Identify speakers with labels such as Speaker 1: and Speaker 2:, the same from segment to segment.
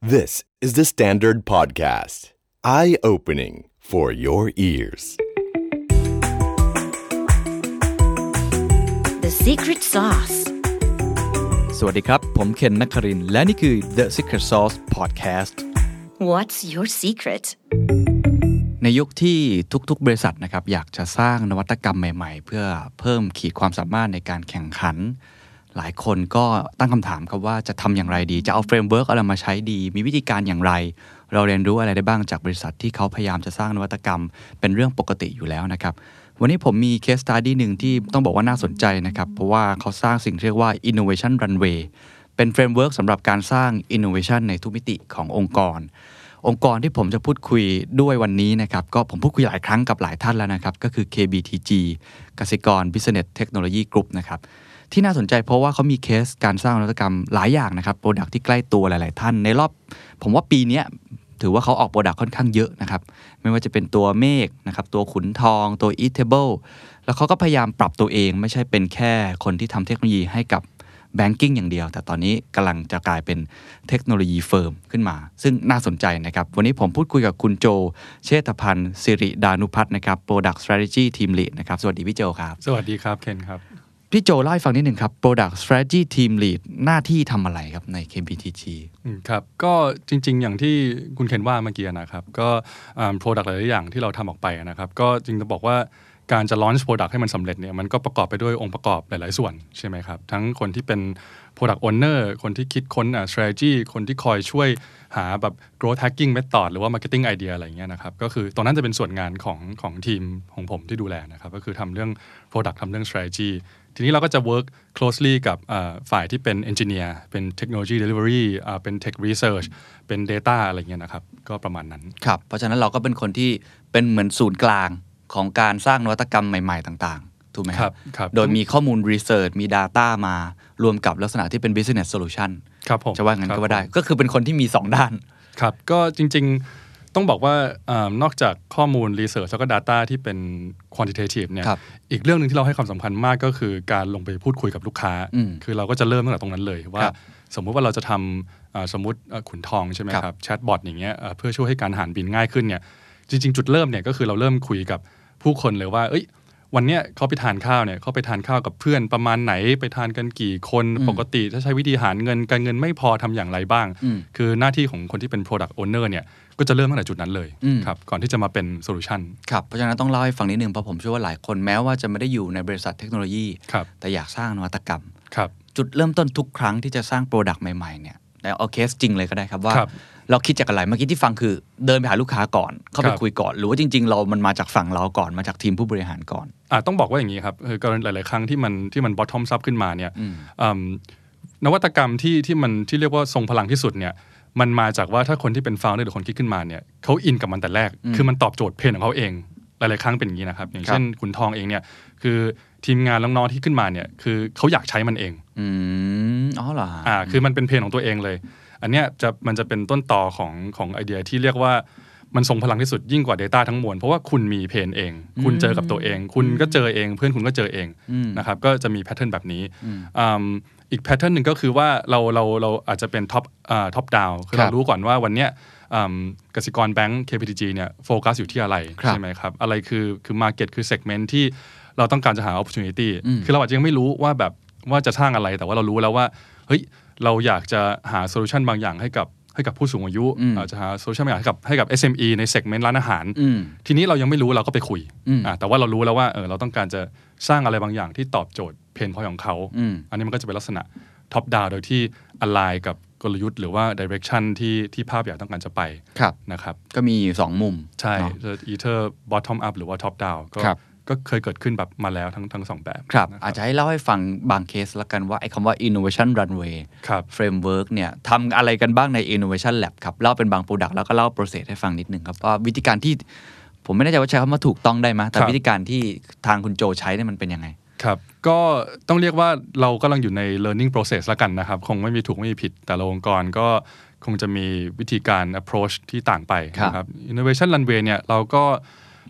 Speaker 1: This is the Standard Podcast. Eye opening for your ears.
Speaker 2: The secret sauce.
Speaker 3: สวัสดีครับ ผมเคนนักครินทร์และนี่คือ The Secret Sauce Podcast
Speaker 2: What's your secret?
Speaker 3: ในยุคที่ทุกๆ บริษัทนะครับอยากจะสร้างนวัตกรรมใหม่ๆ เพื่อเพิ่มขีดความสามารถในการแข่งขัน หลายคนก็ตั้งคำถามครับว่าจะทำอย่างไรดี จะเอาเฟรมเวิร์กอะไรมาใช้ดี มีวิธีการอย่างไร เราเรียนรู้อะไรได้บ้างจากบริษัทที่เขาพยายามจะสร้างนวัตกรรม เป็นเรื่องปกติอยู่แล้วนะครับ วันนี้ผมมีเคสต s ดี้หนึ่งที่ต้องบอกว่าน่าสนใจนะครับ เพราะว่าเขาสร้างสิ่งที่เรียกว่า innovation runway เป็นเฟรมเวิร์กสำหรับการสร้าง innovation ในทุกมิติขององค์กร องค์กรที่ผมจะพูดคุยด้วยวันนี้นะครับ ก็ผมพูดคุยหลายครั้งกับหลายท่านแล้วนะครับ ก็คือ KBTG กสิกร Business Technology Group นะครับ ที่น่าสนใจเพราะว่าเขามีเคสการสร้างนวัตกรรมหลายอย่างนะครับโปรดักที่ใกล้ตัวหลาย ๆ ท่านในรอบ ผมว่าปีเนี้ยถือว่าเขาออกโปรดักค่อนข้างเยอะนะครับ ไม่ว่าจะเป็นตัวเมฆนะครับ ตัวขุนทอง ตัว Eatable แล้วเขาก็พยายามปรับตัวเองไม่ใช่เป็นแค่คนที่ทำเทคโนโลยีให้กับ แบงกิ้งอย่างเดียว แต่ตอนนี้กำลังจะกลายเป็นเทคโนโลยีเฟิร์มขึ้นมา ซึ่งน่าสนใจนะครับ วันนี้ผมพูดคุยกับคุณโจ เชษฐพันธ์สิริดานุพัฒน์นะครับ Product Strategy Team Lead นะครับ สวัสดีพี่โจครับ
Speaker 4: สวัสดีครับ เคนครับ
Speaker 3: พี่โจเล่าให้ฟังนิดหนึ่งครับ Product Strategy Team Lead หน้าที่ทำอะไรครับใน KBTG
Speaker 4: อืมครับ ก็จริง ๆ อย่างที่คุณเคนว่าเมื่อกี้นะครับ ก็โปรดักต์หลายๆอย่างที่เราทำออกไปนะครับ ก็จริงจะบอกว่าการจะ launch product ให้มันสำเร็จเนี่ยมันก็ประกอบไปด้วยองค์ประกอบหลาย ๆ ส่วนใช่ไหมครับ ทั้งคนที่เป็น product owner คนที่คิดค้นอ่ะ strategy คนที่คอยช่วยหาแบบ growth hacking method หรือว่า marketing idea อะไรอย่างเงี้ยนะครับ ก็คือตรงนั้นจะเป็นส่วนงานของของทีมของผมที่ดูแลนะครับ ก็คือทำเรื่อง product ทำเรื่อง strategy ทีนี้เราก็จะ work closely กับอ่าฝ่ายที่เป็น engineer เป็น technology delivery อ่าเป็น tech research เป็น data อะไรเงี้ยนะครับ ก็ประมาณนั้น
Speaker 3: ครับ เพราะฉะนั้นเราก็เป็นคนที่เป็นเหมือนศูนย์กลางของการสร้างนวัตกรรมใหม่ ๆ ต่างๆ ถูกไหมค
Speaker 4: ครั
Speaker 3: รับ
Speaker 4: บครับ
Speaker 3: โดยมีข้อมูล Research มี Data มารวมกับลักษณะที่เป็น Business Solution
Speaker 4: ครับผม
Speaker 3: จะว่างั้น
Speaker 4: ครับ
Speaker 3: ก็ว่าได้
Speaker 4: ผม
Speaker 3: ก็คือเป็นคนที่มี 2 ด้าน
Speaker 4: ครับ ก็จริงๆ ต้องบอกว่าอานอกจากข้อมูลรีเสิร์ชแล้วก็ Data ที่เป็น quantitative เนี่ย
Speaker 3: ครับ
Speaker 4: อีกเรื่องหนึ่งที่เราให้ความสำคัญมากก็คือการลงไปพูดคุยกับลูกค้า
Speaker 3: อืม
Speaker 4: คือเราก็จะเริ่มตั้งแต่ตรงนั้นเลย ว่า
Speaker 3: ครับ
Speaker 4: สมมุติว่าเราจะทำอ่าสมมติอ่าขุนทองใช่ไหม
Speaker 3: ครับ
Speaker 4: ครับแชทบอทอย่างเงี้ยอ่าเพื่อช่วยให้การหารบินง่ายขึ้นเนี่ยจริง ๆ จุดเริ่มเนี่ยก็คือเราเริ่มคุยกับผู้คนเลยว่า เอ้ย วันเนี้ยเขาไปทานข้าวเนี่ยเขาไปทานข้าวกับเพื่อนประมาณไหน ไปทานกันกี่คน
Speaker 3: อืม
Speaker 4: ปกติถ้าใช้วิธีหารเงินการเงินไม่พอทำอย่างไรบ้าง
Speaker 3: อืม
Speaker 4: คือหน้าที่ของคนที่เป็น Product Owner เนี่ย ก็จะเริ่มตั้งแต่จุดนั้นเลย
Speaker 3: อืม
Speaker 4: ครับก่อนที่จะมาเป็น Solution
Speaker 3: ครับ เพราะฉะนั้นต้องเล่าให้ฟังนิดนึงเพราะผมเชื่อว่าหลายคนแม้ว่าจะไม่ได้อยู่ในบริษัทเทคโนโลยี
Speaker 4: ครับ
Speaker 3: แต่อยากสร้างนวัตกรรม
Speaker 4: ครับ
Speaker 3: จุดเริ่มต้นทุกครั้งที่จะสร้างโปรดักต์ใหม่ๆเนี่ยแล้วเอาเคสจริงเลยก็ได้ครับว่า
Speaker 4: ครับ
Speaker 3: เราคิดจากอะไรเมื่อกี้ที่ฟังคือ เดินไปหาลูกค้าก่อน เข้าไป
Speaker 4: ครับ
Speaker 3: คุยก่อน หรือว่าจริง ๆ เรามันมาจากฝั่งเราก่อนมาจากทีมผู้บริหารก่อน
Speaker 4: อ่ะต้องบอกว่าอย่างนี้ครับคือกรณีหลาย ๆ ครั้งที่มันที่มัน bottom up ขึ้นมาเนี่ย
Speaker 3: อืม
Speaker 4: อืมนวัตกรรมที่ที่มันที่เรียกว่าทรงพลังที่สุดเนี่ยมันมาจากว่าถ้าคนที่เป็น founder หรือคนคิดขึ้นมาเนี่ยเขาอินกับมันแต่แรก
Speaker 3: อืม
Speaker 4: คือมันตอบโจทย์เพนของเขาเอง หลาย ๆ ครั้งเป็นอย่างนี้นะครับ อย่า
Speaker 3: ค
Speaker 4: ง
Speaker 3: รับ
Speaker 4: เช่นขุนทองเองเนี่ยคือทีมงานน้องๆที่ขึ้นมาเนี่ยคือเขาอยากใช้มันเอง
Speaker 3: อืมอ๋อเหรอฮะ
Speaker 4: อ่าคือมันเป็นเพลงของตัวเองเลย อันเนี้ยจะมันจะเป็นต้นต่อของของไอเดียที่เรียกว่ามันทรงพลังที่สุดยิ่งกว่า Data ทั้งมวลเพราะว่าคุณมีเพนเอง คุณเจอกับตัวเอง คุณก็เจอเอง เพื่อนคุณก็เจอเอง
Speaker 3: อืม
Speaker 4: นะครับก็จะมีแพทเทิร์นแบบนี้อืมอีกแพทเทิร์นหนึ่งก็คือว่าเราเราเราอาจจะเป็นท็อปอ่าท็อปดาวคือ
Speaker 3: ครับ
Speaker 4: เรารู้ก่อนว่าวันเนี้ยอืมกสิกรแบงก์ KPTG เนี่ยโฟกัสอยู่ที่อะไร
Speaker 3: ครับ
Speaker 4: ใช่ไหมครับอะไรคือคือ Market คือ Segment ที่เราต้องการจะหา opportunity คือเราอาจจะยังไม่รู้ว่าแบบว่าจะสร้างอะไรแต่ว่าเรารู้แล้วว่า เฮ้ยเราอยากจะหาโซลูชันบางอย่างให้กับให้กับผู้สูงอายุ
Speaker 3: อืม
Speaker 4: อาจจะหาโซลูชันบางอย่างให้กับให้กับ SME ในเซกเมนต์ร้านอาหาร
Speaker 3: อืม
Speaker 4: ทีนี้เรายังไม่รู้เราก็ไปคุย
Speaker 3: อืม
Speaker 4: อ่ะแต่ว่าเรารู้แล้วว่าเออเราต้องการจะสร้างอะไรบางอย่างที่ตอบโจทย์เพนพอยของเขา
Speaker 3: อืม
Speaker 4: อันนี้มันก็จะเป็นลักษณะท็อปดาวโดยที่อ l ไลน์กับกลยุทธ์หรือว่าดิเรกชันที่ที่ภาพอยากต้องการจะไป
Speaker 3: ครับ
Speaker 4: นะครับ
Speaker 3: ก็มีสองมุม
Speaker 4: ใช่
Speaker 3: เนาะ
Speaker 4: อีเทอร์บอททอมอัพหรือว่าท็อปดาวก็
Speaker 3: ครับ
Speaker 4: ก็เคยเกิดขึ้นแบบมาแล้วทั้งทั้งสองแบบ
Speaker 3: ครับ
Speaker 4: นะ
Speaker 3: อาจจะให้เล่าให้ฟังบางเคสละกันว่า ไอ้คำว่า innovation runway
Speaker 4: ครับ
Speaker 3: framework เนี่ยทำอะไรกันบ้างใน innovation lab ครับ เล่าเป็นบาง product แล้วก็เล่า process ให้ฟังนิดหนึ่งครับว่าวิธีการที่ผมไม่แน่ใจว่าใช้คำว่าถูกต้องได้ไหมยแต่
Speaker 4: ครับ
Speaker 3: วิธีการที่ทางคุณโจใช้เนี่ยมันเป็นยังไง
Speaker 4: ครับ ก็ต้องเรียกว่าเรากำลังอยู่ใน learning process ละกันนะครับ คงไม่มีถูกไม่มีผิด แต่ละองค์กรก็คงจะมีวิธีการ approach ที่ต่างไปนะครับ innovation runway เนี่ยเราก็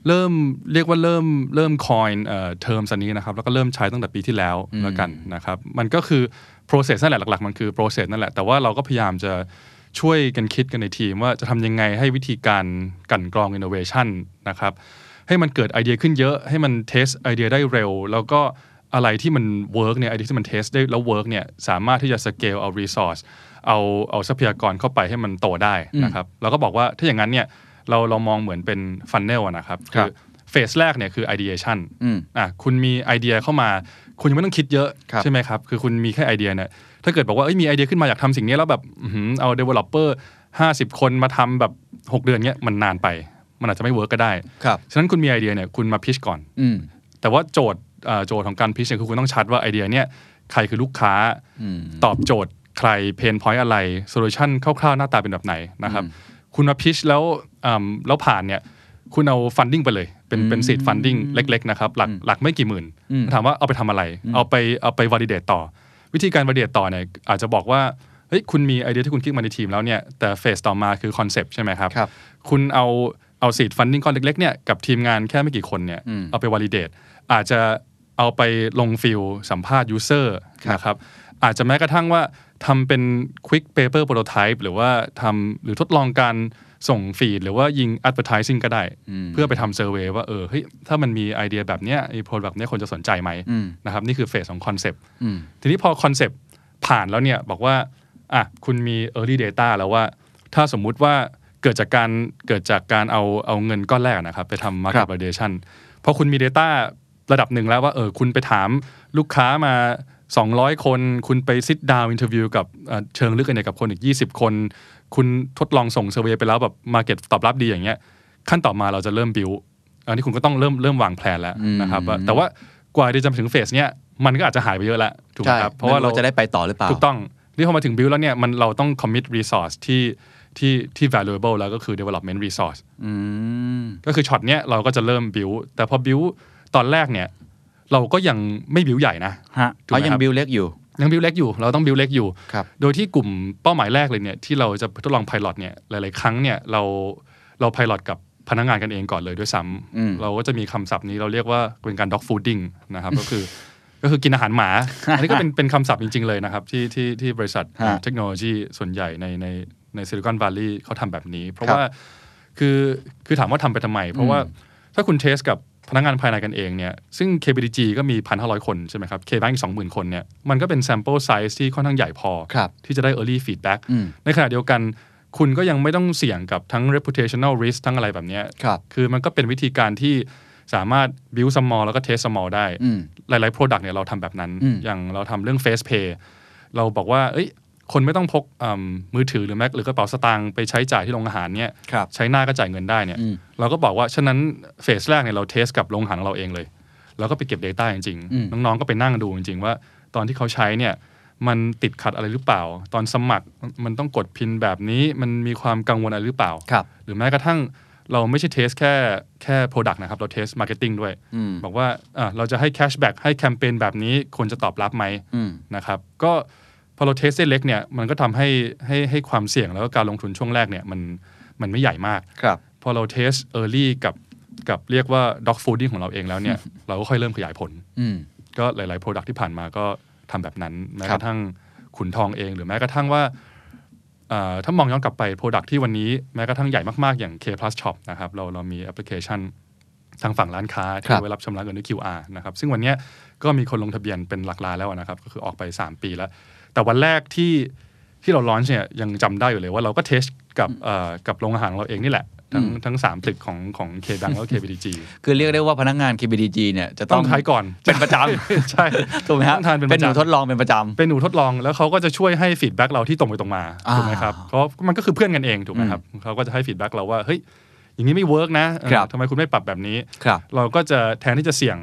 Speaker 4: เริ่มเรียกว่าเริ่มเริ่ม coin เอ่อ terms อันนี้นะครับ แล้วก็เริ่มใช้ตั้งแต่ปีที่แล้วละกันนะครับ มันก็คือ process นั่นแหละหลักๆ มันคือ process นั่นแหละ แต่ว่าเราก็พยายามจะ ช่วยกันคิดกันในทีมว่าจะทำยังไงให้วิธีการกลันกรอง innovation นะครับให้มันเกิดไอเดียขึ้นเยอะ ให้มันเทสไอเดียได้เร็ว แล้วก็อะไรที่มันเวิร์กเนี่ยไอเดียที่มันเทสได้แล้วเวิร์กเนี่ยสามารถที่จะสเกลเอา resource เอาเอาทรัพยากรเข้าไปให้มันโตได้นะครับแล้วก็บอกว่าถ้าอย่างนั้นเนี่ยเราเรามองเหมือนเป็นฟันเนลนะครับ
Speaker 3: ครับ
Speaker 4: เฟสแรกเนี่ยคือ ideation
Speaker 3: อืม
Speaker 4: อ่ะคุณมีไอเดียเข้ามา คุณยังไม่ต้องคิดเยอะ
Speaker 3: ครับ
Speaker 4: ใช่ไหมครับ คือคุณมีแค่ไอเดียเนี่ยถ้าเกิดบอกว่าเอ้ยมีไอเดียขึ้นมาอยากทำสิ่งนี้แล้วแบบอื้อหือเอา developer 50 คนมาทำแบบ 6 เดือนเงี้ยมันนานไป มันอาจจะไม่เวิร์กก็ได้
Speaker 3: ครับ
Speaker 4: ฉะนั้นคุณมีไอเดียเนี่ยคุณมาพิชก่อน
Speaker 3: อืม
Speaker 4: แต่ว่าโจทย์เอ่อโจทย์ของการพิชเนี่ยคือคุณต้องชัดว่าไอเดียเนี่ยใครคือลูกค้า
Speaker 3: อืม
Speaker 4: ตอบโจทย์ใครเพนพอยต์อะไรโซลูชันคร่าวๆ หน้าตาเป็นแบบไหนนะครับคุณมาพิชแล้วอืมแล้วผ่านเนี่ยคุณเอาฟันดิ้งไปเลย เป็นเป็นซีดฟันดิ้งเล็กๆนะครับหลักหลักไม่กี่หมื่น ถามว่าเอาไปทำอะไร เอาไปเอาไปวอลิเดตต่อ วิธีการวอลิเดตต่อเนี่ยอาจจะบอกว่าเฮ้ยคุณมีไอเดียที่คุณคิดมาในทีมแล้วเนี่ยแต่เฟสต่อมาคือคอนเซปต์ใช่ไหมครับ
Speaker 3: ครับ
Speaker 4: คุณเอาเอาสีดฟันดิ้งก้อนเล็กๆเนี่ยกับทีมงานแค่ไม่กี่คนเนี่ยเอาไปวอลิเดตอาจจะเอาไปลงฟิลสัมภาษณ์ยูเซอร์นะครับอาจจะแม้กระทั่งว่าทำเป็น Quick Paper Prototype หรือว่าทำหรือทดลองการส่งฟีด หรือว่ายิง Advertising ก็ได้ เพื่อไปทำเซอร์เวยว่าเออเฮ้ยถ้ามันมีไอเดียแบบเนี้ยไอ้โปรดักต์เนี้ยคนจะสนใจไหมนะครับนี่คือเฟสของคอนเซปต์ทีนี้พอคอนเซปต์ผ่านแล้วเนี่ยบอกว่าอ่ะคุณมี Early Data แล้วว่า ถ้าสมมุติว่าเกิดจากการเกิดจากการเอาเอาเงินก้อนแรกนะครับ ไป
Speaker 3: ค
Speaker 4: ทำ
Speaker 3: รั
Speaker 4: market
Speaker 3: บ
Speaker 4: validation พอคุณมี Data ระดับหนึ่งแล้วว่าเออคุณไปถามลูกค้ามา 200 คน คุณไป sit down interview กับเอ่อเชิงลึกกันเนี่ยกับคนอีก 20 คน คุณทดลองส่งเซอร์เวยไปแล้วแบบ market ตอบรับดีอย่างเงี้ยขั้นต่อมาเราจะเริ่ม build อันนี้คุณก็ต้องเริ่มเริ่มวางแผนแล้วนะครับว่าแต่ว่ากว่าที่จะมาถึงเฟสเนี้ยมันก็อาจจะหายไปเยอะแล้วถูกไหม
Speaker 3: ใช่
Speaker 4: ครับเพราะว่าเรา
Speaker 3: จะได้ไปต่อหรือเปล่า
Speaker 4: ถูกต้อง นี่พอมาถึงบิลแล้วเนี่ยมันเราต้อง commit resource ที่ที่ที่ valuable แล้วก็คือ development resource
Speaker 3: อืม
Speaker 4: ก็คือช็อตเนี้ยเราก็จะเริ่มบิลแต่พอบิลตอนแรกเนี่ยเราก็ยังไม่บิลใหญ่นะ
Speaker 3: ฮะ
Speaker 4: ถูกไหม
Speaker 3: เขายั
Speaker 4: ค
Speaker 3: ง
Speaker 4: รับ
Speaker 3: บิลเล็กอยู่
Speaker 4: ยังบิลเล็กอยู่ เราต้องบิลเล็กอยู่
Speaker 3: ครับ
Speaker 4: โดยที่กลุ่มเป้าหมายแรกเลยเนี่ยที่เราจะทดลองพ i l o t เนี่ยหลาย ๆ ครั้งเนี่ยเราเราพ i l o t กับพนักงานกันเองก่อนเลยด้วยซ้
Speaker 3: อืม
Speaker 4: ำเราก็จะมีคำศัพท์นี้เราเรียกว่าเป็นการ dog fooding นะครับ ก็คือก็คือกินอาหารหมา อันนี้ก็เป็นเป็นคำศัพท์จริง ๆ เลยนะครับ ที่ที่ที่บริษัท
Speaker 3: ฮะ
Speaker 4: เทคโนโลยีส่วนใหญ่ในในในซิลิคอนวัลลีย์เขาทำแบบนี้ เพราะ
Speaker 3: ครับ
Speaker 4: ว่าคือคือถามว่าทำไปทำไม เพราะว่าถ้าคุณเทสกับพนักงานภายในกันเองเนี่ยซึ่ง KBDG ก็มี 1,500 คนใช่ไหมครับ KBank อีก20,000 คนเนี่ยมันก็เป็น sample size ที่ค่อนข้างใหญ่พอ
Speaker 3: ครับ
Speaker 4: ที่จะได้ early feedback
Speaker 3: อืม
Speaker 4: ในขณะเดียวกัน คุณก็ยังไม่ต้องเสี่ยงกับทั้ง reputational risk ทั้งอะไรแบบเนี้ย
Speaker 3: ครับ
Speaker 4: คือมันก็เป็นวิธีการที่สามารถ build small แล้วก็ test small ได้
Speaker 3: อืม
Speaker 4: หลาย ๆ product เนี่ยเราทำแบบนั้น
Speaker 3: อืม
Speaker 4: อย่างเราทำเรื่อง face pay เราบอกว่า เอ้ย คนไม่ต้องพกอืมมือถือหรือแม้หรือกระเป๋าสตางค์ไปใช้จ่ายที่โรงอาหารเนี่ย
Speaker 3: ครับ
Speaker 4: ใช้หน้าก็จ่ายเงินได้เนี่ย
Speaker 3: อืม
Speaker 4: เราก็บอกว่า ฉะนั้นเฟสแรกเนี่ยเราเทสกับโรงอาหารของเราเองเลย แล้วก็ไปเก็บ Data จริง
Speaker 3: อืม
Speaker 4: ๆ น้อง ๆ ก็ไปนั่งดูจริง ๆ ว่าตอนที่เขาใช้เนี่ยมันติดขัดอะไรหรือเปล่า ตอนสมัครมันต้องกดพินแบบนี้มันมีความกังวลอะไรหรือเปล่า
Speaker 3: ครับ
Speaker 4: หรือแม้กระทั่งเราไม่ใช่เทสแค่แค่ Product นะครับ เราเทส Marketing ด้วย
Speaker 3: อืม
Speaker 4: บอกว่าอ่ะเราจะให้แคชแบ็กให้แคมเปญแบบนี้คนจะตอบรับไหม
Speaker 3: อืม
Speaker 4: นะครับก็พอเราเทสได้เล็กเนี่ยมันก็ทำให้ให้ให้ความเสี่ยงแล้วก็การลงทุนช่วงแรกเนี่ยมันมันไม่ใหญ่มาก
Speaker 3: ครับ
Speaker 4: พอเราเทส Early กับกับเรียกว่า Dog Fooding ของเราเองแล้ว เนี่ย เราก็ค่อยเริ่มขยายผล
Speaker 3: อืม
Speaker 4: ก็หลาย ๆ Product ที่ผ่านมาก็ทำแบบนั้น แม้
Speaker 3: ครับ
Speaker 4: กระทั่งขุนทองเอง หรือแม้กระทั่งว่าอ่าถ้ามองย้อนกลับไป Product ที่วันนี้แม้กระทั่งใหญ่มาก ๆ อย่าง K Plus Shop นะครับเราเรามีแอปพลิเคชันทางฝั่งร้านค้า
Speaker 3: ครั
Speaker 4: ที่
Speaker 3: บ
Speaker 4: ไว้รับชำระเงินด้วย QR นะครับซึ่งวันเนี้ยก็มีคนลงทะเบียนเป็นหลักล้านแล้วนะครับ ก็คือออกไป 3 ปีแล้ว แต่วันแรกที่ที่เราลอนช์เนี่ยยังจำได้อยู่เลยว่าเราก็เทสกับเอ่อกับโรงอาหารของเราเองนี่แหละ ทั้งทั้งสามตึกของของ K Bank แล้วก็ KBDG
Speaker 3: คือเรียกได้ว่าพนักงาน KBDG เนี่ยจะต้อ
Speaker 4: ต้อง งท้ายก่อน
Speaker 3: เป็นประจ
Speaker 4: ใช่
Speaker 3: ำ ถูกไหมฮะ
Speaker 4: ต้องทานเป็นประ
Speaker 3: หนู
Speaker 4: จำ
Speaker 3: ทดลองเป็นประจ
Speaker 4: เป็นหนูทดลองแล้วเขาก็จะช่วยให้ฟีดแบ็กเราที่ตรงไปตรงมา
Speaker 3: อ่า
Speaker 4: ถูกไหมครับเพราะมันก็คือเพื่อนกันเองถูกไหมครับเขาก็จะให้ฟีดแบ็กเราว่าเฮ้ยอย่างนี้ไม่เวิร์กนะเออ
Speaker 3: ครับ
Speaker 4: ทำไมคุณไม่ปรับแบบนี้
Speaker 3: ำครับ
Speaker 4: เราก็จะแทนที่จะเสี่ยง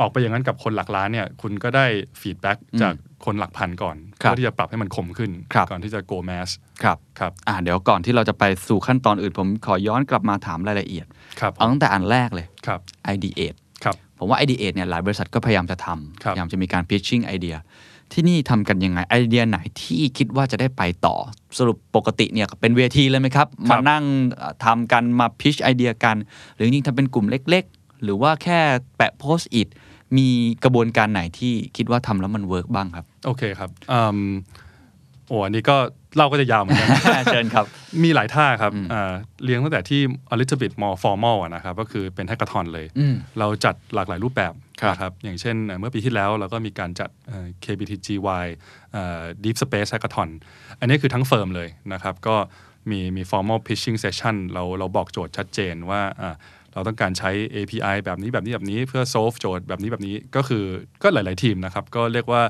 Speaker 4: ออกไปอย่างนั้นกับคนหลักล้านเนี่ยคุณก็ได้ฟีดแบ็กจากคนหลักพันก่อน
Speaker 3: ครั
Speaker 4: เพื่
Speaker 3: บ
Speaker 4: อที่จะปรับให้มันคมขึ้น
Speaker 3: ครับ
Speaker 4: ก่อนที่จะโกแมส
Speaker 3: ครับ
Speaker 4: ครับ
Speaker 3: อ่าเดี๋ยวก่อนที่เราจะไปสู่ขั้นตอนอื่นผมขอย้อนกลับมาถามรายละเอียด
Speaker 4: ครับ
Speaker 3: เอาตั้งแต่อันแรกเลย
Speaker 4: ครับ
Speaker 3: ideate
Speaker 4: ครับ
Speaker 3: ผมว่า ideate เนี่ยหลายบริษัทก็พยายามจะทำ
Speaker 4: ครับ
Speaker 3: พยายามจะมีการ pitching ไอเดีย ที่นี่ทำกันยังไงไอเดียไหนที่คิดว่าจะได้ไปต่อ สรุปปกติเนี่ยเป็นเวทีเลยไหมครับ มานั่งเอ่อทำกันมา pitch ไอเดียกัน หรือจริงๆทำเป็นกลุ่มเล็กๆ หรือว่าแค่แปะโพสต์อิดมีกระบวนการไหนที่คิดว่าทำแล้วมันเวิร์กบ้างครับ
Speaker 4: โอเคครับอืมโอ้อันนี้ก็ เล่าก็จะยาวเหมือนกัน
Speaker 3: เชิญครับ
Speaker 4: มีหลายท่าครับอ่าเลี้ยงตั้งแต่ที่ a l i z a b e t h more formal อะนะครับ ก็คือเป็นแฮก a t อนเลย
Speaker 3: อืม
Speaker 4: เราจัดหลากหลายรูปแบบนะครับ อย่างเช่นเอ่อเมื่อปีที่แล้วเราก็มีการจัดเอ่อ KBTGY เอ่อ Deep Space Hackathon อันนี้คือทั้งเฟิร์มเลยนะครับ ก็มีมี formal pitching session เราเราบอกโจทย์ชัดเจนว่าอ่าเราต้องการใช้ API แบบนี้แบบนี้แบบนี้เพื่อ solve โจทย์แบบนี้แบบนี้ก็คือก็หลาย ๆ ทีมนะครับ ก็เรียกว่า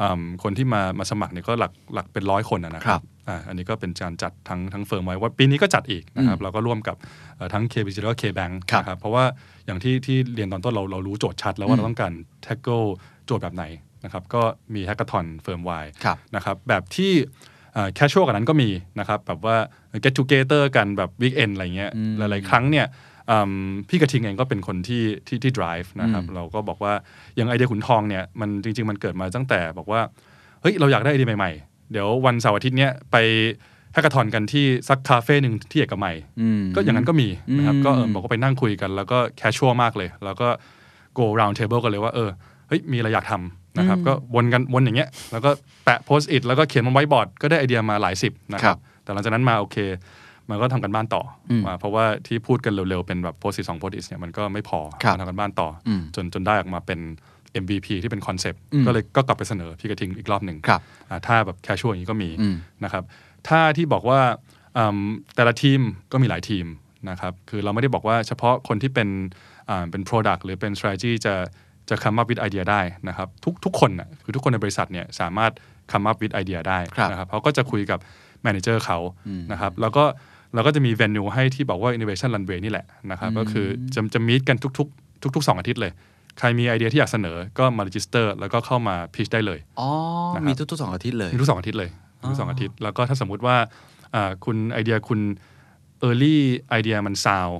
Speaker 4: อืมคนที่มามาสมัครเนี่ยก็หลักหลักเป็นร้อยคนนะนะค
Speaker 3: ครั
Speaker 4: รับ
Speaker 3: บ
Speaker 4: อ่าอันนี้ก็เป็นการจัดทั้งทั้งเฟิร์มไว้ว่าปีนี้ก็จัดอีกนะครับเราก็ร่วมกับเอ่อทั้ง KBC แล้วก็ KBank
Speaker 3: ครับ
Speaker 4: นะครับเพราะว่าอย่างที่ที่เรียนตอนต้นเราเรารู้โจทย์ชัดแล้วว่าเราต้องการ tackle โจทย์แบบไหนนะครับก็มีแฮกเกอร์ทอนเฟิร์มไว
Speaker 3: ครับ
Speaker 4: นะครับแบบที่แคชชวลกันนั้นก็มีนะครับแบบว่า get together กันแบบ weekend อะไรเงี้ยหลายๆครั้งเนี่ยอืมพี่กระทิงเองก็เป็นคนที่ที่ที่ drive นะครับเราก็บอกว่าอย่างไอเดียขุนทองเนี่ยมันจริง ๆ มันเกิดมาตั้งแต่บอกว่า เฮ้ย เราอยากได้ไอเดียใหม่ ๆ เดี๋ยววันเสาร์อาทิตย์เนี้ยไปแฮกกาทอนกันที่ซักคาเฟ่หนึ่งที่เอกมัย
Speaker 3: อืม
Speaker 4: ก็อย่างนั้นก็มีนะครับ
Speaker 3: อืม
Speaker 4: ก็เออบอกว่าไปนั่งคุยกัน แล้วก็แคชชวลมากเลย แล้วก็ go round table กันเลยว่า เออ เฮ้ย มีอะไรอยากทำนะครับ ก็วนกันวนอย่างเงี้ย แล้วก็แปะโพสต์อิทแล้วก็เขียนบนไว้บอร์ด ก็ได้ไอเดียมาหลายสิบนะค
Speaker 3: ครั
Speaker 4: รับ
Speaker 3: บ
Speaker 4: แต่หลังจากนั้นมาโอเค มันก็ทำกันบ้านต่ออมาเพราะว่าที่พูดกันเร็วๆ เป็นแบบโพสต์อิทสองโพสต์อิทเนี่ยมันก็ไม่พอ
Speaker 3: ครับ
Speaker 4: มันทำกันบ้านต่ออ
Speaker 3: ม
Speaker 4: จนจนได้ออกมาเป็น MVP ที่เป็นคอนเซปต์
Speaker 3: อืม
Speaker 4: ก็เลยก็กลับไปเสนอพี่กระทิงอีกรอบหนึ่ง
Speaker 3: ครับ
Speaker 4: อ่าท่าแบบแคชชวลอย่างนี้ก็มี
Speaker 3: อืม
Speaker 4: นะครับท่าที่บอกว่าอืมแต่ละทีมก็มีหลายทีมนะครับคือเราไม่ได้บอกว่าเฉพาะคนที่เป็นอ่าเป็น Product หรือเป็น strategy จะจะ come up with idea ได้นะครับทุกทุกคนน่ะคือทุกคนในบริษัทเนี่ยสามารถ come up with idea ได้
Speaker 3: ครับ
Speaker 4: นะครับเขาก็จะคุยกับ manager เขานะครับแล้วก็เราก็จะมี venue ให้ที่บอกว่า innovation runway นี่แหละ นะครับก็คือจะจะมีดกันทุกๆ ทุกๆสองอาทิตย์เลย ใครมีไอเดียที่อยากเสนอก็มา register แล้วก็เข้ามา pitch ได้เลย
Speaker 3: อ๋อ
Speaker 4: นะครับ
Speaker 3: มีทุกๆสองอาทิตย์เลย
Speaker 4: มีทุกสองอาทิตย์เลยมีทุกสองอาทิตย์ แล้วก็ถ้าสมมุติว่าอ่าคุณไอเดียคุณ Early ไอเดียมันซาว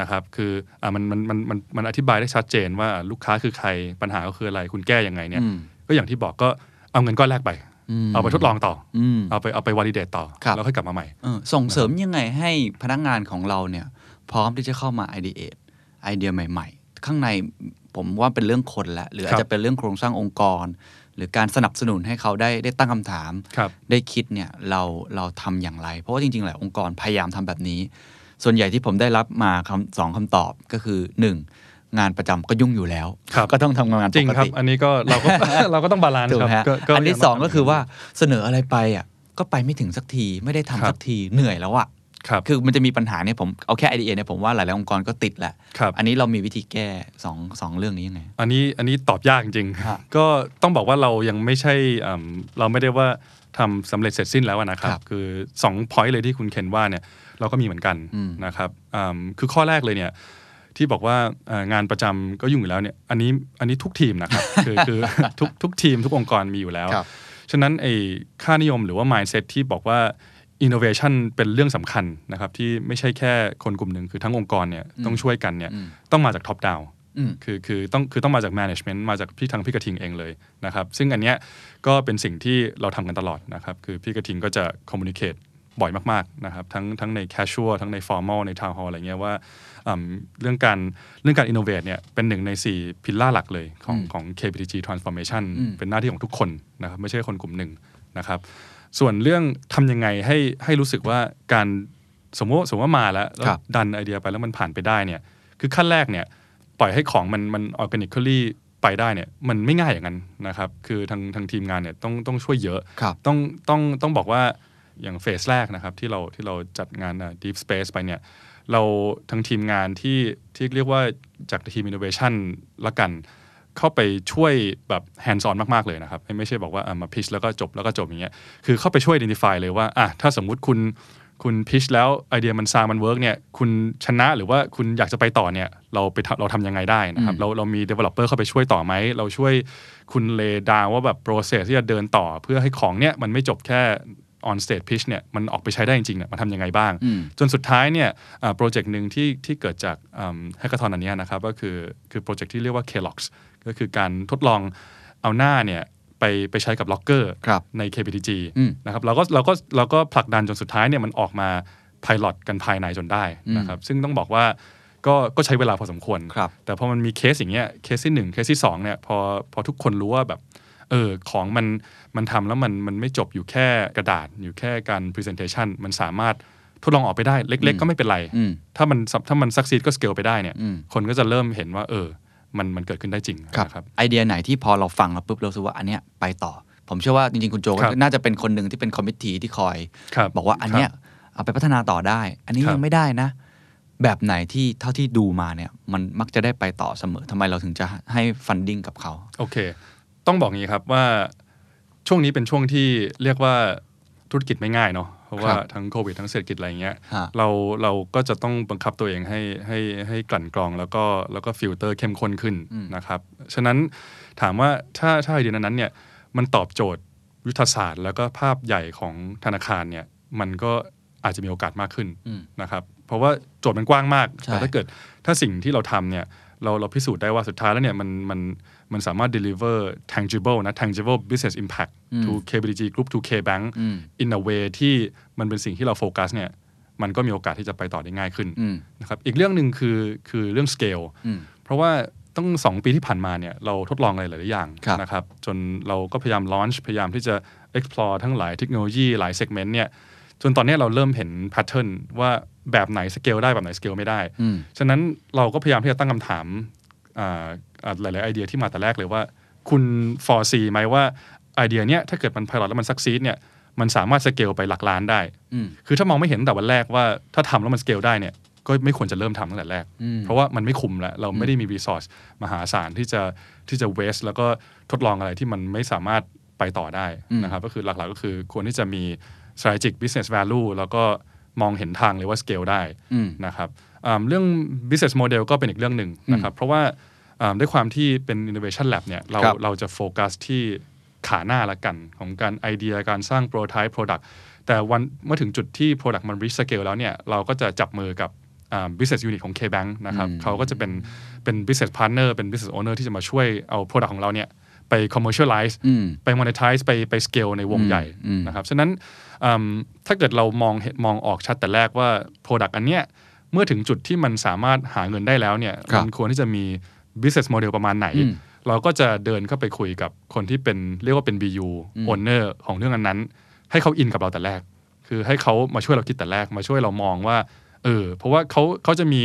Speaker 4: นะครับคืออ่ามันมันมันมันมันอธิบายได้ชัดเจนว่าลูกค้าคือใครปัญหาก็คืออะไรคุณแก้ยังไงเนี่ย
Speaker 3: อืม
Speaker 4: ก็อย่างที่บอกก็เอาเงินก้อนแรกไป
Speaker 3: อืม
Speaker 4: เอาไปทดลองต่ออ
Speaker 3: อืม
Speaker 4: เอาไปเอาไปวอลิเดตต่อ
Speaker 3: ครับ
Speaker 4: แล้วค่อยกลับมาใหม่
Speaker 3: เออส่งเสริมยังไงให้พนักงานของเราเนี่ย พร้อมที่จะเข้ามา i d เ a ไอเดียใหม่ ๆ ข้างในผมว่าเป็นเรื่องคนละหรืออาจจะเป็นเรื่องโครงสร้างองค์กร หรือการสนับสนุนให้เขาได้ได้ตั้งคำถาม
Speaker 4: ครับ
Speaker 3: ได้คิดเนี่ยเราเราทำอย่างไร เพราะว่าจริง ๆ หลายองค์กรพยายามทำแบบนี้ ส่วนใหญ่ที่ผมได้รับมาคำสองคำตอบก็คือ 1. งานประจำก็ยุ่งอยู่แล้ว
Speaker 4: ครับ
Speaker 3: ก็ต้องทำงาน
Speaker 4: จ
Speaker 3: ป
Speaker 4: ริง
Speaker 3: ก
Speaker 4: ครับ
Speaker 3: ติ
Speaker 4: อันนี้ก็เราก็ เราก็ต้องบาลานซ์
Speaker 3: ถูก
Speaker 4: ครับ
Speaker 3: ไหมฮะ
Speaker 4: ก็
Speaker 3: อันที่
Speaker 4: ย่า
Speaker 3: สองก็คือว่าเสนออะไรไปอ่ะก็ไปไม่ถึงสักทีไม่ได้ทำสักทีเหนื่อยแล้วอ่ะ
Speaker 4: ครับ
Speaker 3: คือมันจะมีปัญหาเนี่ยผมเอาแค่ไอเดียเนี่ยผมว่าหลายๆองค์กรก็ติดแหละ
Speaker 4: ครับ
Speaker 3: อันนี้เรามีวิธีแก้สองสองเรื่องนี้ยังไง
Speaker 4: อันนี้อันนี้ตอบยากจริง
Speaker 3: ฮะ
Speaker 4: ๆ ก็ต้องบอกว่าเรายังไม่ใช่อืมเราไม่ได้ว่าทำสำเร็จเสร็จสิ้นแล้วอะนะครั
Speaker 3: ครับ บ
Speaker 4: คือ2 point เลยที่คุณเคนว่าเนี่ยเราก็มีเหมือนกัน
Speaker 3: อืม
Speaker 4: นะครับอืมคือข้อแรกเลยเนี่ยที่บอกว่าเอ่องานประจำก็ยุ่งอยู่แล้วเนี่ยอันนี้อันนี้ทุกทีม นะครับ คือคือทุกทุกทีมทุกองค์กรมีอยู่แล้ว ฉะนั้นไอ้ค่านิยมหรือว่า mindset ที่บอกว่า innovation เป็นเรื่องสำคัญนะครับที่ไม่ใช่แค่คนกลุ่มหนึ่งคือทั้งองค์กรเนี่ยต้องช่วยกันเนี่ยต้องมาจาก top down
Speaker 3: อืม
Speaker 4: คือคือต้องคือต้องมาจาก management มาจากพี่ทางพี่กระทิงเองเลยนะครับ ซึ่งอันเนี้ยก็เป็นสิ่งที่เราทำกันตลอดนะครับ คือพี่กระทิงก็จะ communicate บ่อยมากๆนะครับทั้งทั้งใน casual ทั้งใน formal ใน town hall อะไรเงี้ยว่าอืมเรื่องการเรื่องการ innovate เนี่ยเป็นหนึ่งใน 4 พิลล่าหลักเลยของของ KPTG transformation เป็นหน้าที่ของทุกคนนะครับไม่ใช่คนกลุ่มหนึ่งนะครับ ส่วนเรื่องทำยังไงให้ให้รู้สึกว่าการสมมติว่าสมมติว่ามาแล้วแล้ว
Speaker 3: ครับ
Speaker 4: ดันไอเดียไปแล้วมันผ่านไปได้เนี่ยคือขั้นแรกเนี่ย ปล่อยให้ของมันมันออร์แกนิคลี่ไปได้เนี่ยมันไม่ง่ายอย่างนั้นนะครับ คือทางทางทีมงานเนี่ยต้องต้องช่วยเยอะ
Speaker 3: ครับ
Speaker 4: ต้องต้องต้องบอกว่าอย่างเฟสแรกนะครับที่เราที่เราจัดงานอ่ะ Deep Space ไปเนี่ยเราทางทีมงานที่ที่เรียกว่าจากทีม Innovation ละกัน เข้าไปช่วยแบบแฮนด์ s อนมาก ๆ เลยนะครับ ไม่ไม่ใช่บอกว่าอ่ะมาพิชแล้วก็จบแล้วก็จบอย่างเงี้ยคือเข้าไปช่วย identify เลยว่าอ่ะถ้าสมมุติคุณคุณพิชแล้วไอเดียมันซามันเวิร์กเนี่ยคุณชนะหรือว่าคุณอยากจะไปต่อเนี่ยเราไปทำเราทำยังไงได้นะครับ เราเรามี developer เข้าไปช่วยต่อไหม เราช่วยคุณเลดาวว่าแบบ process ที่จะเดินต่อเพื่อให้ของเนี่ยมันไม่จบแค่ on stage pitch เนี่ยมันออกไปใช้ได้จริงๆเนี่ยมันทำยังไงบ้าง จนสุดท้ายเนี่ยโปรเจกต์หนึ่งที่ที่เกิดจากแฮกเกอร์ทอนอันเนี้ยนะครับก็คือคือโปรเจกต์ที่เรียกว่า Kellogg's ก็คือการทดลองเอาหน้าเนี่ยไปไปใช้กับล็อกเกอร์
Speaker 3: ครับ
Speaker 4: ใน KPTG
Speaker 3: อืม
Speaker 4: นะครับเราก็เราก็เราก็ผลักดันจนสุดท้ายเนี่ยมันออกมาพายลอตกันภายในจนได้นะครับซึ่งต้องบอกว่าก็ก็ใช้เวลาพอสมควร
Speaker 3: ครับ
Speaker 4: แต่พอมันมีเคสอย่างเงี้ยเคสที่ 1 เคสที่2เนี่ยพอพอทุกคนรู้ว่าแบบ เออของมันมันทำแล้วมันมันไม่จบอยู่แค่กระดาษ อยู่แค่การ presentation มันสามารถทดลองออกไปได้เล็ก ๆ ก็ไม่เป็นไร
Speaker 3: อืม
Speaker 4: ถ้ามันถ้ามันซักซีดก็สเกลไปได้เนี่ย
Speaker 3: อืม
Speaker 4: คนก็จะเริ่มเห็นว่า เออ มันมันเกิดขึ้นได้จริง
Speaker 3: ครับ
Speaker 4: นะ
Speaker 3: ไอเดียไหนที่พอเราฟังแล้วปุ๊บเรารู้สึกว่าอันเนี้ยไปต่อ ผมเชื่อว่าจริงๆ คุณโจก็
Speaker 4: ครับ
Speaker 3: น่าจะเป็นคนหนึ่งที่เป็นคอมมิ t ทีที่คอย
Speaker 4: ครับ
Speaker 3: บอกว่าอันเนี้ยเอาไปพัฒนาต่อได้ อันนี้
Speaker 4: ครับ
Speaker 3: ยังไม่ได้นะ แบบไหนที่เท่าที่ดูมาเนี่ย มันมักจะได้ไปต่อเสมอทำไมเราถึงจะให้ฟันดิ้งกับเขา
Speaker 4: โอเค ต้องบอกงี้ครับว่าช่วงนี้เป็นช่วงที่เรียกว่าธุรกิจไม่ง่ายเนาะ เพราะว่า
Speaker 3: ครับ
Speaker 4: ทั้งโควิดทั้งเศรษฐกิจอะไรอย่างเงี้ย
Speaker 3: ฮะ
Speaker 4: เราเราก็จะต้องบังคับตัวเองให้ให้ให้กลั่นกรองแล้วก็แล้วก็ฟิลเตอร์เข้มข้นขึ้น
Speaker 3: อืม
Speaker 4: นะครับ ฉะนั้นถามว่าถ้าถ้าไอเดียนั้นๆเนี่ยมันตอบโจทย์ยุทธศาสตร์ แล้วก็ภาพใหญ่ของธนาคารเนี่ยมันก็อาจจะมีโอกาสมากขึ้น
Speaker 3: อืม
Speaker 4: นะครับเพราะว่าโจทย์มันกว้างมาก
Speaker 3: ใช่
Speaker 4: แต่ถ้าเกิดถ้าสิ่งที่เราทำเนี่ยเราเราพิสูจน์ได้ว่าสุดท้ายแล้วเนี่ยมันมันมันสามารถ deliver tangible นะ tangible business impact
Speaker 3: อืม
Speaker 4: to KBDG Group to KBank
Speaker 3: อืม
Speaker 4: in a way ที่มันเป็นสิ่งที่เราโฟกัสเนี่ยมันก็มีโอกาสที่จะไปต่อได้ง่ายขึ้น
Speaker 3: อืม
Speaker 4: นะครับอีกเรื่องหนึ่งคือคือเรื่อง scale
Speaker 3: อืม
Speaker 4: เพราะว่าตั้งสองปีที่ผ่านมาเนี่ยเราทดลองอะไรหลายๆอย่าง
Speaker 3: ครับ
Speaker 4: นะครับจนเราก็พยายาม launch พยายามที่จะ explore ทั้งหลายเทคโนโลยีหลาย segment เนี่ยจนตอนเนี้ยเราเริ่มเห็น pattern ว่าแบบไหน scale ได้แบบไหน scale ไม่ได้
Speaker 3: อืม
Speaker 4: ฉะนั้นเราก็พยายามที่จะตั้งคำถามอ่าอ่าหลาย ๆ ไอเดียที่มาแต่แรกเลยว่า คุณ foresee ไหมว่าไอเดียเนี้ยถ้าเกิดมัน pilot แล้วมัน succeed เนี่ยมันสามารถ scale ไปหลักล้านได้
Speaker 3: อืม
Speaker 4: คือถ้ามองไม่เห็นตั้งแต่วันแรกว่าถ้าทำแล้วมัน scale ได้เนี่ยก็ไม่ควรจะเริ่มทำตั้งแต่แรก
Speaker 3: อืม
Speaker 4: เพราะว่ามันไม่คุ้มแล้ว เราไม่ได้มี resource มหาศาลที่จะที่จะ waste แล้วก็ทดลองอะไรที่มันไม่สามารถไปต่อได้
Speaker 3: อืม
Speaker 4: นะครับก็คือหลัก ๆ ก็คือควรที่จะมี strategic business value แล้วก็มองเห็นทางเลยว่า scale ได้
Speaker 3: อืม
Speaker 4: นะครับอ่าเรื่อง business model ก็เป็นอีกเรื่องหนึ่งนะครับ เพราะว่าอ่าด้วยความที่เป็น innovation lab เนี่ยเรา
Speaker 3: ครับ
Speaker 4: เราจะโฟกัสที่ขาหน้าละกัน ของการไอเดียการสร้าง prototype product แต่วันเมื่อถึงจุดที่ product มัน reach scale แล้วเนี่ยเราก็จะจับมือกับอ่า business unit ของ KBank นะครับเขาก็จะเป็นเป็น business partner เป็น business owner ที่จะมาช่วยเอา product ของเราเนี่ยไป commercialize
Speaker 3: อืม
Speaker 4: ไป monetize ไปไป scale ในวงใหญ่
Speaker 3: อืม
Speaker 4: นะครับ ฉะนั้นอืมถ้าเกิดเรามองเห็นมองออกชัดแต่แรกว่า Product อันเนี้ยเมื่อถึงจุดที่มันสามารถหาเงินได้แล้วเนี่ย
Speaker 3: ครับ
Speaker 4: มันควรที่จะมี business model ประมาณไหน
Speaker 3: อืม
Speaker 4: เราก็จะเดินเข้าไปคุยกับคนที่เป็นเรียกว่าเป็น BU owner ของเรื่องอันนั้น ให้เขาอินกับเราแต่แรก คือให้เขามาช่วยเราคิดแต่แรกมาช่วยเรามองว่าเออเพราะว่าเขาเขาจะมี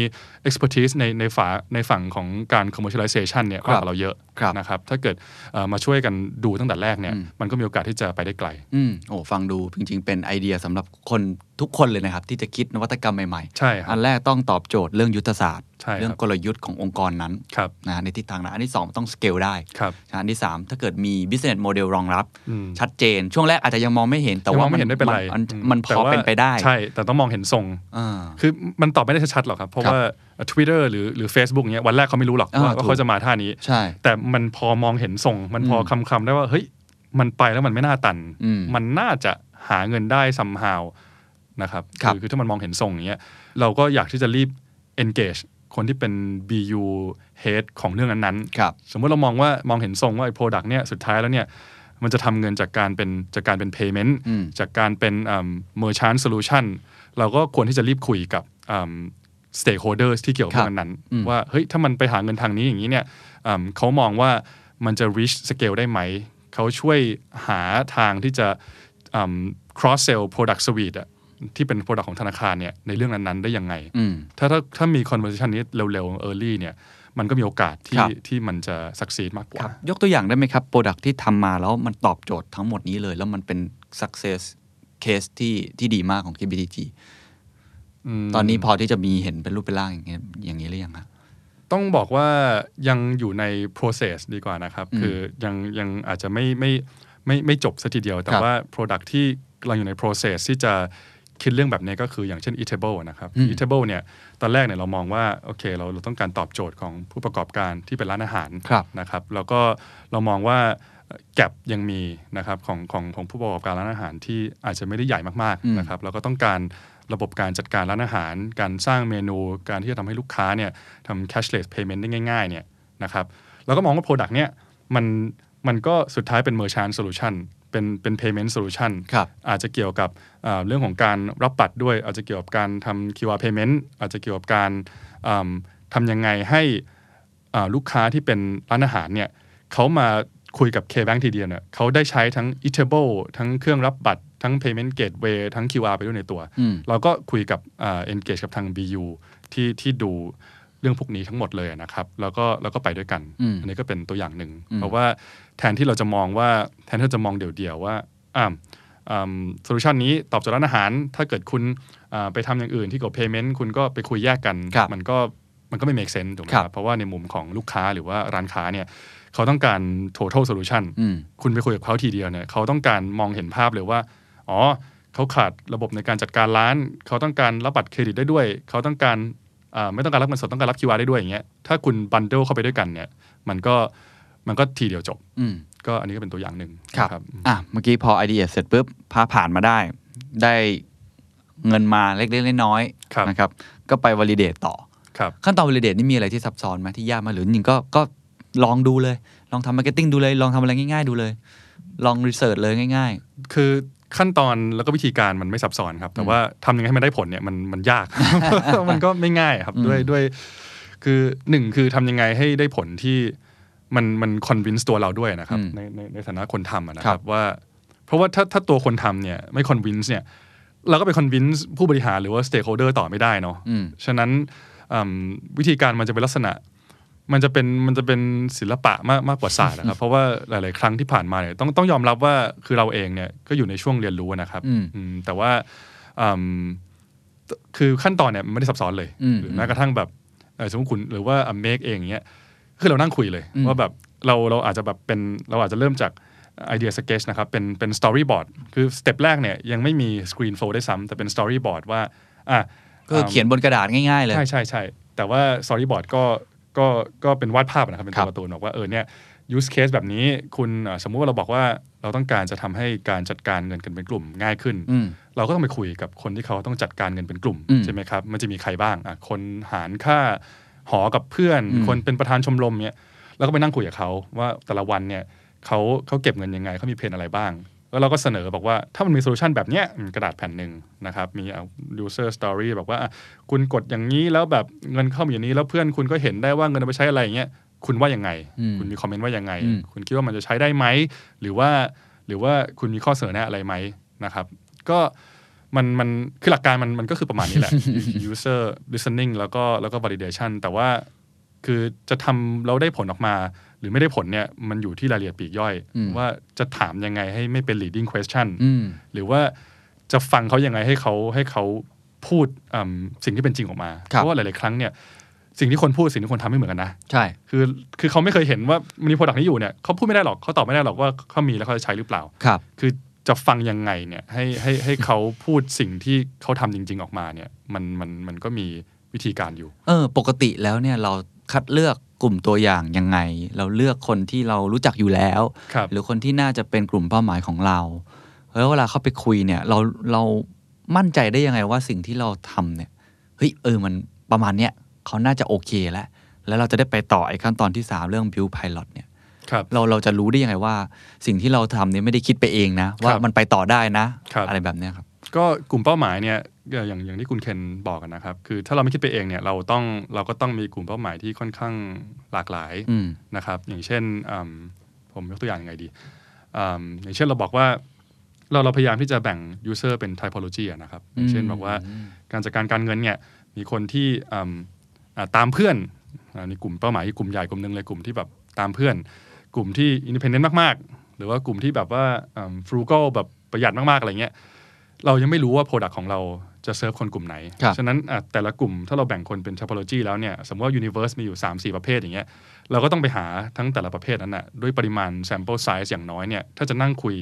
Speaker 4: expertise ในในฝาในฝั่งของการ commercialization เนี่ยมากกว่าเราเยอะ
Speaker 3: ครับ
Speaker 4: นะครับถ้าเกิดเอ่อมาช่วยกันดูตั้งแต่แรกเนี่ยมันก็มีโอกาสที่จะไปได้ไกล
Speaker 3: อืมโอ้ฟังดูจริง ๆ เป็นไอเดียสำหรับคนทุกคนเลยนะครับ ที่จะคิดนวัตกรรมใหม่ๆ
Speaker 4: ใช่ครับ
Speaker 3: อันแรกต้องตอบโจทย์เรื่องยุทธศาสตร์
Speaker 4: ใช่ครับ
Speaker 3: เรื่องกลยุทธ์ขององค์กรนั้น
Speaker 4: ครับ
Speaker 3: นะในทิศทางนั้นอันที่ 2 ต้องสเกลได้
Speaker 4: ครับ
Speaker 3: นะอันที่ 3 ถ้าเกิดมี business model รองรับ
Speaker 4: อืม
Speaker 3: ชัดเจน ช่วงแรกอาจจะยังมองไม่เห็นแต่
Speaker 4: ยังม
Speaker 3: ว่า
Speaker 4: องไม่เห็นไม่เป็นไร
Speaker 3: มัน
Speaker 4: อื
Speaker 3: มันพ
Speaker 4: แต่
Speaker 3: อ
Speaker 4: ว่า
Speaker 3: เป็นไปได้
Speaker 4: ใช่ แต่ต้องมองเห็นทรง
Speaker 3: อ่า
Speaker 4: คือมันตอบไม่ได้ชัดๆหรอกครับ เพราะ
Speaker 3: ครับ
Speaker 4: ว่า Twitter หรือหรือ Facebook เนี้ยวันแรกเขาไม่รู้หรอก
Speaker 3: อ่า
Speaker 4: ว่า
Speaker 3: ถูก
Speaker 4: ว่าเขาจะมาท่านี้
Speaker 3: ใช่
Speaker 4: แต่มันพอมองเห็นทรง มันพอคำคำๆได้ว่า เฮ้ย มันไปแล้วมันไม่น่าตัน
Speaker 3: อืม
Speaker 4: มันน่าจะหาเงินได้ซัมฮาวนะครับ
Speaker 3: ครับ
Speaker 4: คือถ้ามันมองเห็นทรงอย่างเงี้ยเราก็อยากที่จะรีบ engage คนที่เป็น BU head ของเรื่องนั้นๆ
Speaker 3: ครับ
Speaker 4: สมมติเรามองว่ามองเห็นทรงว่าไอ้ product เนี่ยสุดท้ายแล้วเนี่ยมันจะทำเงินจากการเป็นจากการเป็น payment
Speaker 3: อืม
Speaker 4: จากการเป็นอ่า merchant solution เราก็ควรที่จะรีบคุยกับอ่า stakeholders ที่เกี่ยวกับ
Speaker 3: ครับ
Speaker 4: เรื่องนั้น
Speaker 3: อืม
Speaker 4: ว่าเฮ้ยถ้ามันไปหาเงินทางนี้อย่างนี้เนี่ยอ่าเขามองว่ามันจะ reach scale ได้ไหม เขาช่วยหาทางที่จะอ่า cross sell product suite อะที่เป็น product ของธนาคารเนี่ยในเรื่องนั้นๆ ได้ยังไง
Speaker 3: อืม
Speaker 4: ถ้าถ้าถ้ามี conversation นี้เร็วๆ early เนี่ย มันก็มีโอกาส
Speaker 3: ค
Speaker 4: ที่
Speaker 3: รับ
Speaker 4: ที่มันจะ succeed มากก
Speaker 3: ค
Speaker 4: ว่า
Speaker 3: รับยกตัวอย่างได้ไหมครับ โปรดักที่ทำมาแล้วมันตอบโจทย์ทั้งหมดนี้เลย แล้วมันเป็น success case ที่ที่ดีมากของ KBTG ตอนนี้พอที่จะมีเห็นเป็นรูปเป็นร่างอย่างเงี้ยอย่างนี้หรือยังครับ
Speaker 4: ต้องบอกว่ายังอยู่ใน process ดีกว่านะครับ คือยังยังอาจจะไม่ไม่ไม่ไม่จบสัทีเดียว แต่
Speaker 3: ครับ
Speaker 4: ว่า product ที่เราอยู่ใน process ที่จะคิดเรื่องแบบนี้ก็คืออย่างเช่น eatable นะครับ eatable เนี่ยตอนแรกเนี่ยเรามองว่า โอเค เราเราต้องการตอบโจทย์ของผู้ประกอบการที่เป็นร้านอาหาร
Speaker 3: ครับ
Speaker 4: นะครับแล้วก็เรามองว่าแกลบยังมีนะครับของของของผู้ประกอบการร้านอาหารที่อาจจะไม่ได้ใหญ่มากๆนะครับแล้วก็ต้องการระบบการจัดการร้านอาหาร การสร้างเมนูการที่จะทำให้ลูกค้าเนี่ยทำ cashless payment ได้ง่ายๆเนี่ยนะครับเราก็มองว่า Product เนี่ยมันมันก็สุดท้ายเป็น merchant solution เป็นเป็น payment solution
Speaker 3: ครับ
Speaker 4: อาจจะเกี่ยวกับเอ่อเรื่องของการรับบัตรด้วย อาจจะเกี่ยวกับการทำ QR payment อาจจะเกี่ยวกับการอืมทำยังไงให้ อ่าลูกค้าที่เป็นร้านอาหารเนี่ยเขามา คุยกับ K-Bank ทีเดียวเนี่ยเขาได้ใช้ทั้ง e a t a b l e ทั้งเครื่องรับบัตร ทั้ง Payment Gateway ทั้ง QR ไปด้วยในตัว
Speaker 3: อืม
Speaker 4: เราก็คุยกับเอ็นเกจกับทาง BU ที่ที่ดูเรื่องพวกนี้ทั้งหมดเลยนะครับ แล้วก็แล้วก็ไปด้วยกัน
Speaker 3: อืม
Speaker 4: นนี้ก็เป็นตัวอย่างหนึ่ง
Speaker 3: อืม
Speaker 4: เพราะว่าแทนที่เราจะมองว่าแทนที่เราจะมองเดี่ยวๆว่าอ่าโซลูชันนี้ตอบโจทย์ร้านอาหาร ถ้าเกิดคุณอ่าไปทำอย่างอื่นที่เกี่ยวกับ payment คุณก็ไปคุยแยกกัน
Speaker 3: ครับ
Speaker 4: มันก็มันก็ไม่ make sense ถูกไหม
Speaker 3: ค
Speaker 4: ครับ รับ เพราะว่าในมุมของลูกค้าหรือว่าร้านค้าเนี่ยเขาต้องการ total solution
Speaker 3: อืม
Speaker 4: คุณไปคุยกับเขาทีเดียวเนี่ยเขาต้องการมองเห็นภาพเลยว่า อ๋อเขาขาดระบบในการจัดการร้าน เขาต้องการรับบัตรเครดิตได้ด้วย เขาต้องการอ่าไม่ต้องการรับเงินสดต้องการรับ QR ได้ด้วยอย่างเงี้ยถ้าคุณบันเดิลเข้าไปด้วยกันเนี่ยมันก็มันก็ทีเดียวจบ
Speaker 3: อืม
Speaker 4: ก็อันนี้ก็เป็นตัวอย่างหนึ่ง
Speaker 3: ครับ
Speaker 4: นะ
Speaker 3: อ่ะ เมื่อกี้พอไอเดียเสร็จปุ๊บพาผ่านมาได้ ได้เงินมาเล็กๆน้อย
Speaker 4: ครับ
Speaker 3: ๆนะครับ ก็ไปวอลิเดตต่อ
Speaker 4: ครับ
Speaker 3: ขั้นตอนวอลิเดตนี่มีอะไรที่ซับซ้อนไหมที่ยากไหมาหรือจริงๆก็ก็ลองดูเลย ลองทำมาร์เก็ตติ้งดูเลย ลองทำอะไรง่าย ๆ ดูเลย ลองรีเสิร์ชเลยง่าย
Speaker 4: คือขั้นตอนแล้วก็วิธีการมันไม่ซับซ้อนครับ แต่ว่าทำยังไงให้มันได้ผลเนี่ยมันมันยาก มันก็ไม่ง่ายครับด้วยด้วยคือหนึ่งคือทำยังไงให้ได้ผลที่มันมันคอนวินส์ตัวเราด้วยนะครับ
Speaker 3: อืม
Speaker 4: ในในในฐานะคนทำอะนะ
Speaker 3: ค
Speaker 4: ค
Speaker 3: รั
Speaker 4: รั
Speaker 3: บบ
Speaker 4: ว่า เพราะว่าถ้าถ้าตัวคนทำเนี่ยไม่คอนวินส์เนี่ยเราก็ไปคอนวินส์ผู้บริหารหรือว่าสเต็กโฮเดอร์ต่อไม่ได้เนาะ
Speaker 3: อืม
Speaker 4: ฉะนั้นอืมวิธีการมันจะเป็นลักษณะ มันจะเป็นมันจะเป็นศิลปะมากมากกว่าศาสต ร์นะครับ เพราะว่าหลาย ๆ ครั้งที่ผ่านมาเนี่ยต้องต้องยอมรับว่าคือเราเองเนี่ยก็อยู่ในช่วงเรียนรู้นะครับ
Speaker 3: อืม
Speaker 4: อืมแต่ว่าอืมคือขั้นตอนเนี่ยมันไม่ได้ซับซ้อนเลย
Speaker 3: อืม
Speaker 4: หรือแม้กระทั่งแบบเอ่อสมมติคุณหรือว่าเมคเองเนี้ยคือเรานั่งคุยเลย
Speaker 3: อืม
Speaker 4: ว่าแบบเราเราอาจจะแบบเป็นเราอาจจะเริ่มจากไอเดียสเกจนะครับเป็นเป็นสตอรี่บอร์ดคือสเต็ปแรกเนี่ยยังไม่มีสกรีนโฟลได้ซ้ำแต่เป็นสตอรี่บอร์ดว่าอ่ะ
Speaker 3: ๆ ก็คือเขียนบนกระดาษง่ายๆเลย
Speaker 4: ใช่ใช่ใช่แต่ว่า storyboard ก็ก็ก็เป็นวาดภาพนะครับ เป็น
Speaker 3: ครับ
Speaker 4: ตัวการ์ตูนบอกว่าเออเนี่ย use case แบบนี้คุณเอ่อสมมุติว่าเราบอกว่าเราต้องการจะทำให้การจัดการเงินกันเป็นกลุ่มง่ายขึ้น
Speaker 3: อืม
Speaker 4: เราก็ต้องไปคุยกับคนที่เขาต้องจัดการเงินเป็นกลุ่ม
Speaker 3: อืม
Speaker 4: ใช่ไหมครับมันจะมีใครบ้างอ่ะคนหารค่าหอกับเพื่อน
Speaker 3: อืม
Speaker 4: คนเป็นประธานชมรมเนี่ยเราก็ไปนั่งคุยกับเขาว่าแต่ละวันเนี่ยเขาเขาเก็บเงินยังไงเขามีเพนอะไรบ้าง แล้วเราก็เสนอบอกว่าถ้ามันมีโซลูชันแบบเนี้ยอืมกระดาษแผ่นหนึ่งนะครับ มีเอา user story บอกว่าอ่ะคุณกดอย่างนี้แล้วแบบเงินเข้ามาอย่างนี้แล้วเพื่อนคุณก็เห็นได้ว่าเงินเอาไปใช้อะไรอย่างเงี้ยคุณว่ายังไง
Speaker 3: อืม
Speaker 4: คุณมีคอมเมนต์ว่ายังไง
Speaker 3: อืม
Speaker 4: คุณคิดว่ามันจะใช้ได้ไหม หรือว่าหรือว่าคุณมีข้อเสนอแนะอะไรไหมนะครับ ก็มันมันคือหลักการมันมันก็คือประมาณนี้แหละ user listening แล้วก็แล้วก็ validation แต่ว่าคือจะทำเราได้ผลออกมา หรือไม่ได้ผลเนี่ยมันอยู่ที่รายละเอียดปลีกย่อย
Speaker 3: อืม
Speaker 4: ว่าจะถามยังไงให้ไม่เป็น leading question
Speaker 3: อืม
Speaker 4: หรือว่าจะฟังเขายังไงให้เขาให้เขาพูดอืมสิ่งที่เป็นจริงออกมา
Speaker 3: ครับ
Speaker 4: เพราะว่าหลาย ๆ ครั้งเนี่ยสิ่งที่คนพูดสิ่งที่คนทำไม่เหมือนกันนะ
Speaker 3: ใช่
Speaker 4: คือคือเขาไม่เคยเห็นว่ามีโปรดักต์นี้อยู่เนี่ยเขาพูดไม่ได้หรอกเขาตอบไม่ได้หรอกว่าเขามีแล้วเขาจะใช้หรือเปล่า
Speaker 3: ครับ
Speaker 4: คือจะฟังยังไงเนี่ยให้ให้ให้เขาพูดสิ่งที่เขาทำจริง ๆ ออกมาเนี่ยมันมันมันก็มีวิธีการอยู่
Speaker 3: เออ ปกติแล้วเนี่ยเราคัดเลือกกลุ่มตัวอย่างยังไง เราเลือกคนที่เรารู้จักอยู่แล้ว
Speaker 4: ครับ
Speaker 3: หรือคนที่น่าจะเป็นกลุ่มเป้าหมายของเรา แล้วเวลาเข้าไปคุยเนี่ย เราเรามั่นใจได้ยังไงว่าสิ่งที่เราทำเนี่ยเฮ้ยเออมันประมาณเนี้ยเขาน่าจะโอเคแล้ว แล้วเราจะได้ไปต่อไอ้ขั้นตอนที่ 3 เรื่อง build pilot เนี่ย
Speaker 4: ครับ
Speaker 3: เราเราจะรู้ได้ยังไงว่า สิ่งที่เราทำเนี่ยไม่ได้คิดไปเองนะ ว่า
Speaker 4: ครับ
Speaker 3: มันไปต่อได้นะ
Speaker 4: ครับ
Speaker 3: อะไรแบบเนี้ยครับ
Speaker 4: ก็กลุ่มเป้าหมายเนี่ยเอ่ออย่างอย่างที่คุณเคนบอกกันนะครับ คือถ้าเราไม่คิดไปเองเนี่ยเราต้องเราก็ต้องมีกลุ่มเป้าหมายที่ค่อนข้างหลากหลาย
Speaker 3: อืม
Speaker 4: นะครับอย่างเช่นอืมผมยกตัวอย่างยังไงดีอืมอย่างเช่นเราบอกว่าเราเราพยายามที่จะแบ่ง user เป็น typology อะนะครับอย่างเช่น
Speaker 3: อืม
Speaker 4: บอกว่าการจัดการการเงินเนี่ยมีคนที่อืมอ่าตามเพื่อนอ่าในกลุ่มเป้าหมายคือกลุ่มใหญ่กลุ่มหนึ่งเลยกลุ่มที่แบบตามเพื่อน กลุ่มที่ independent มากๆ หรือว่ากลุ่มที่แบบว่าอืม frugal แบบประหยัดมากๆอะไรเงี้ยเรายังไม่รู้ว่า Product ของเราจะเซิร์ฟคนกลุ่มไหน
Speaker 3: ครับ
Speaker 4: ฉะนั้นอ่ะแต่ละกลุ่มถ้าเราแบ่งคนเป็น typology แล้วเนี่ยสมมติว่า universe มีอยู่ 3-4 ประเภทอย่างเงี้ย เราก็ต้องไปหาทั้งแต่ละประเภทนั้นน่ะด้วยปริมาณ sample size อย่างน้อยเนี่ยถ้าจะนั่งคุย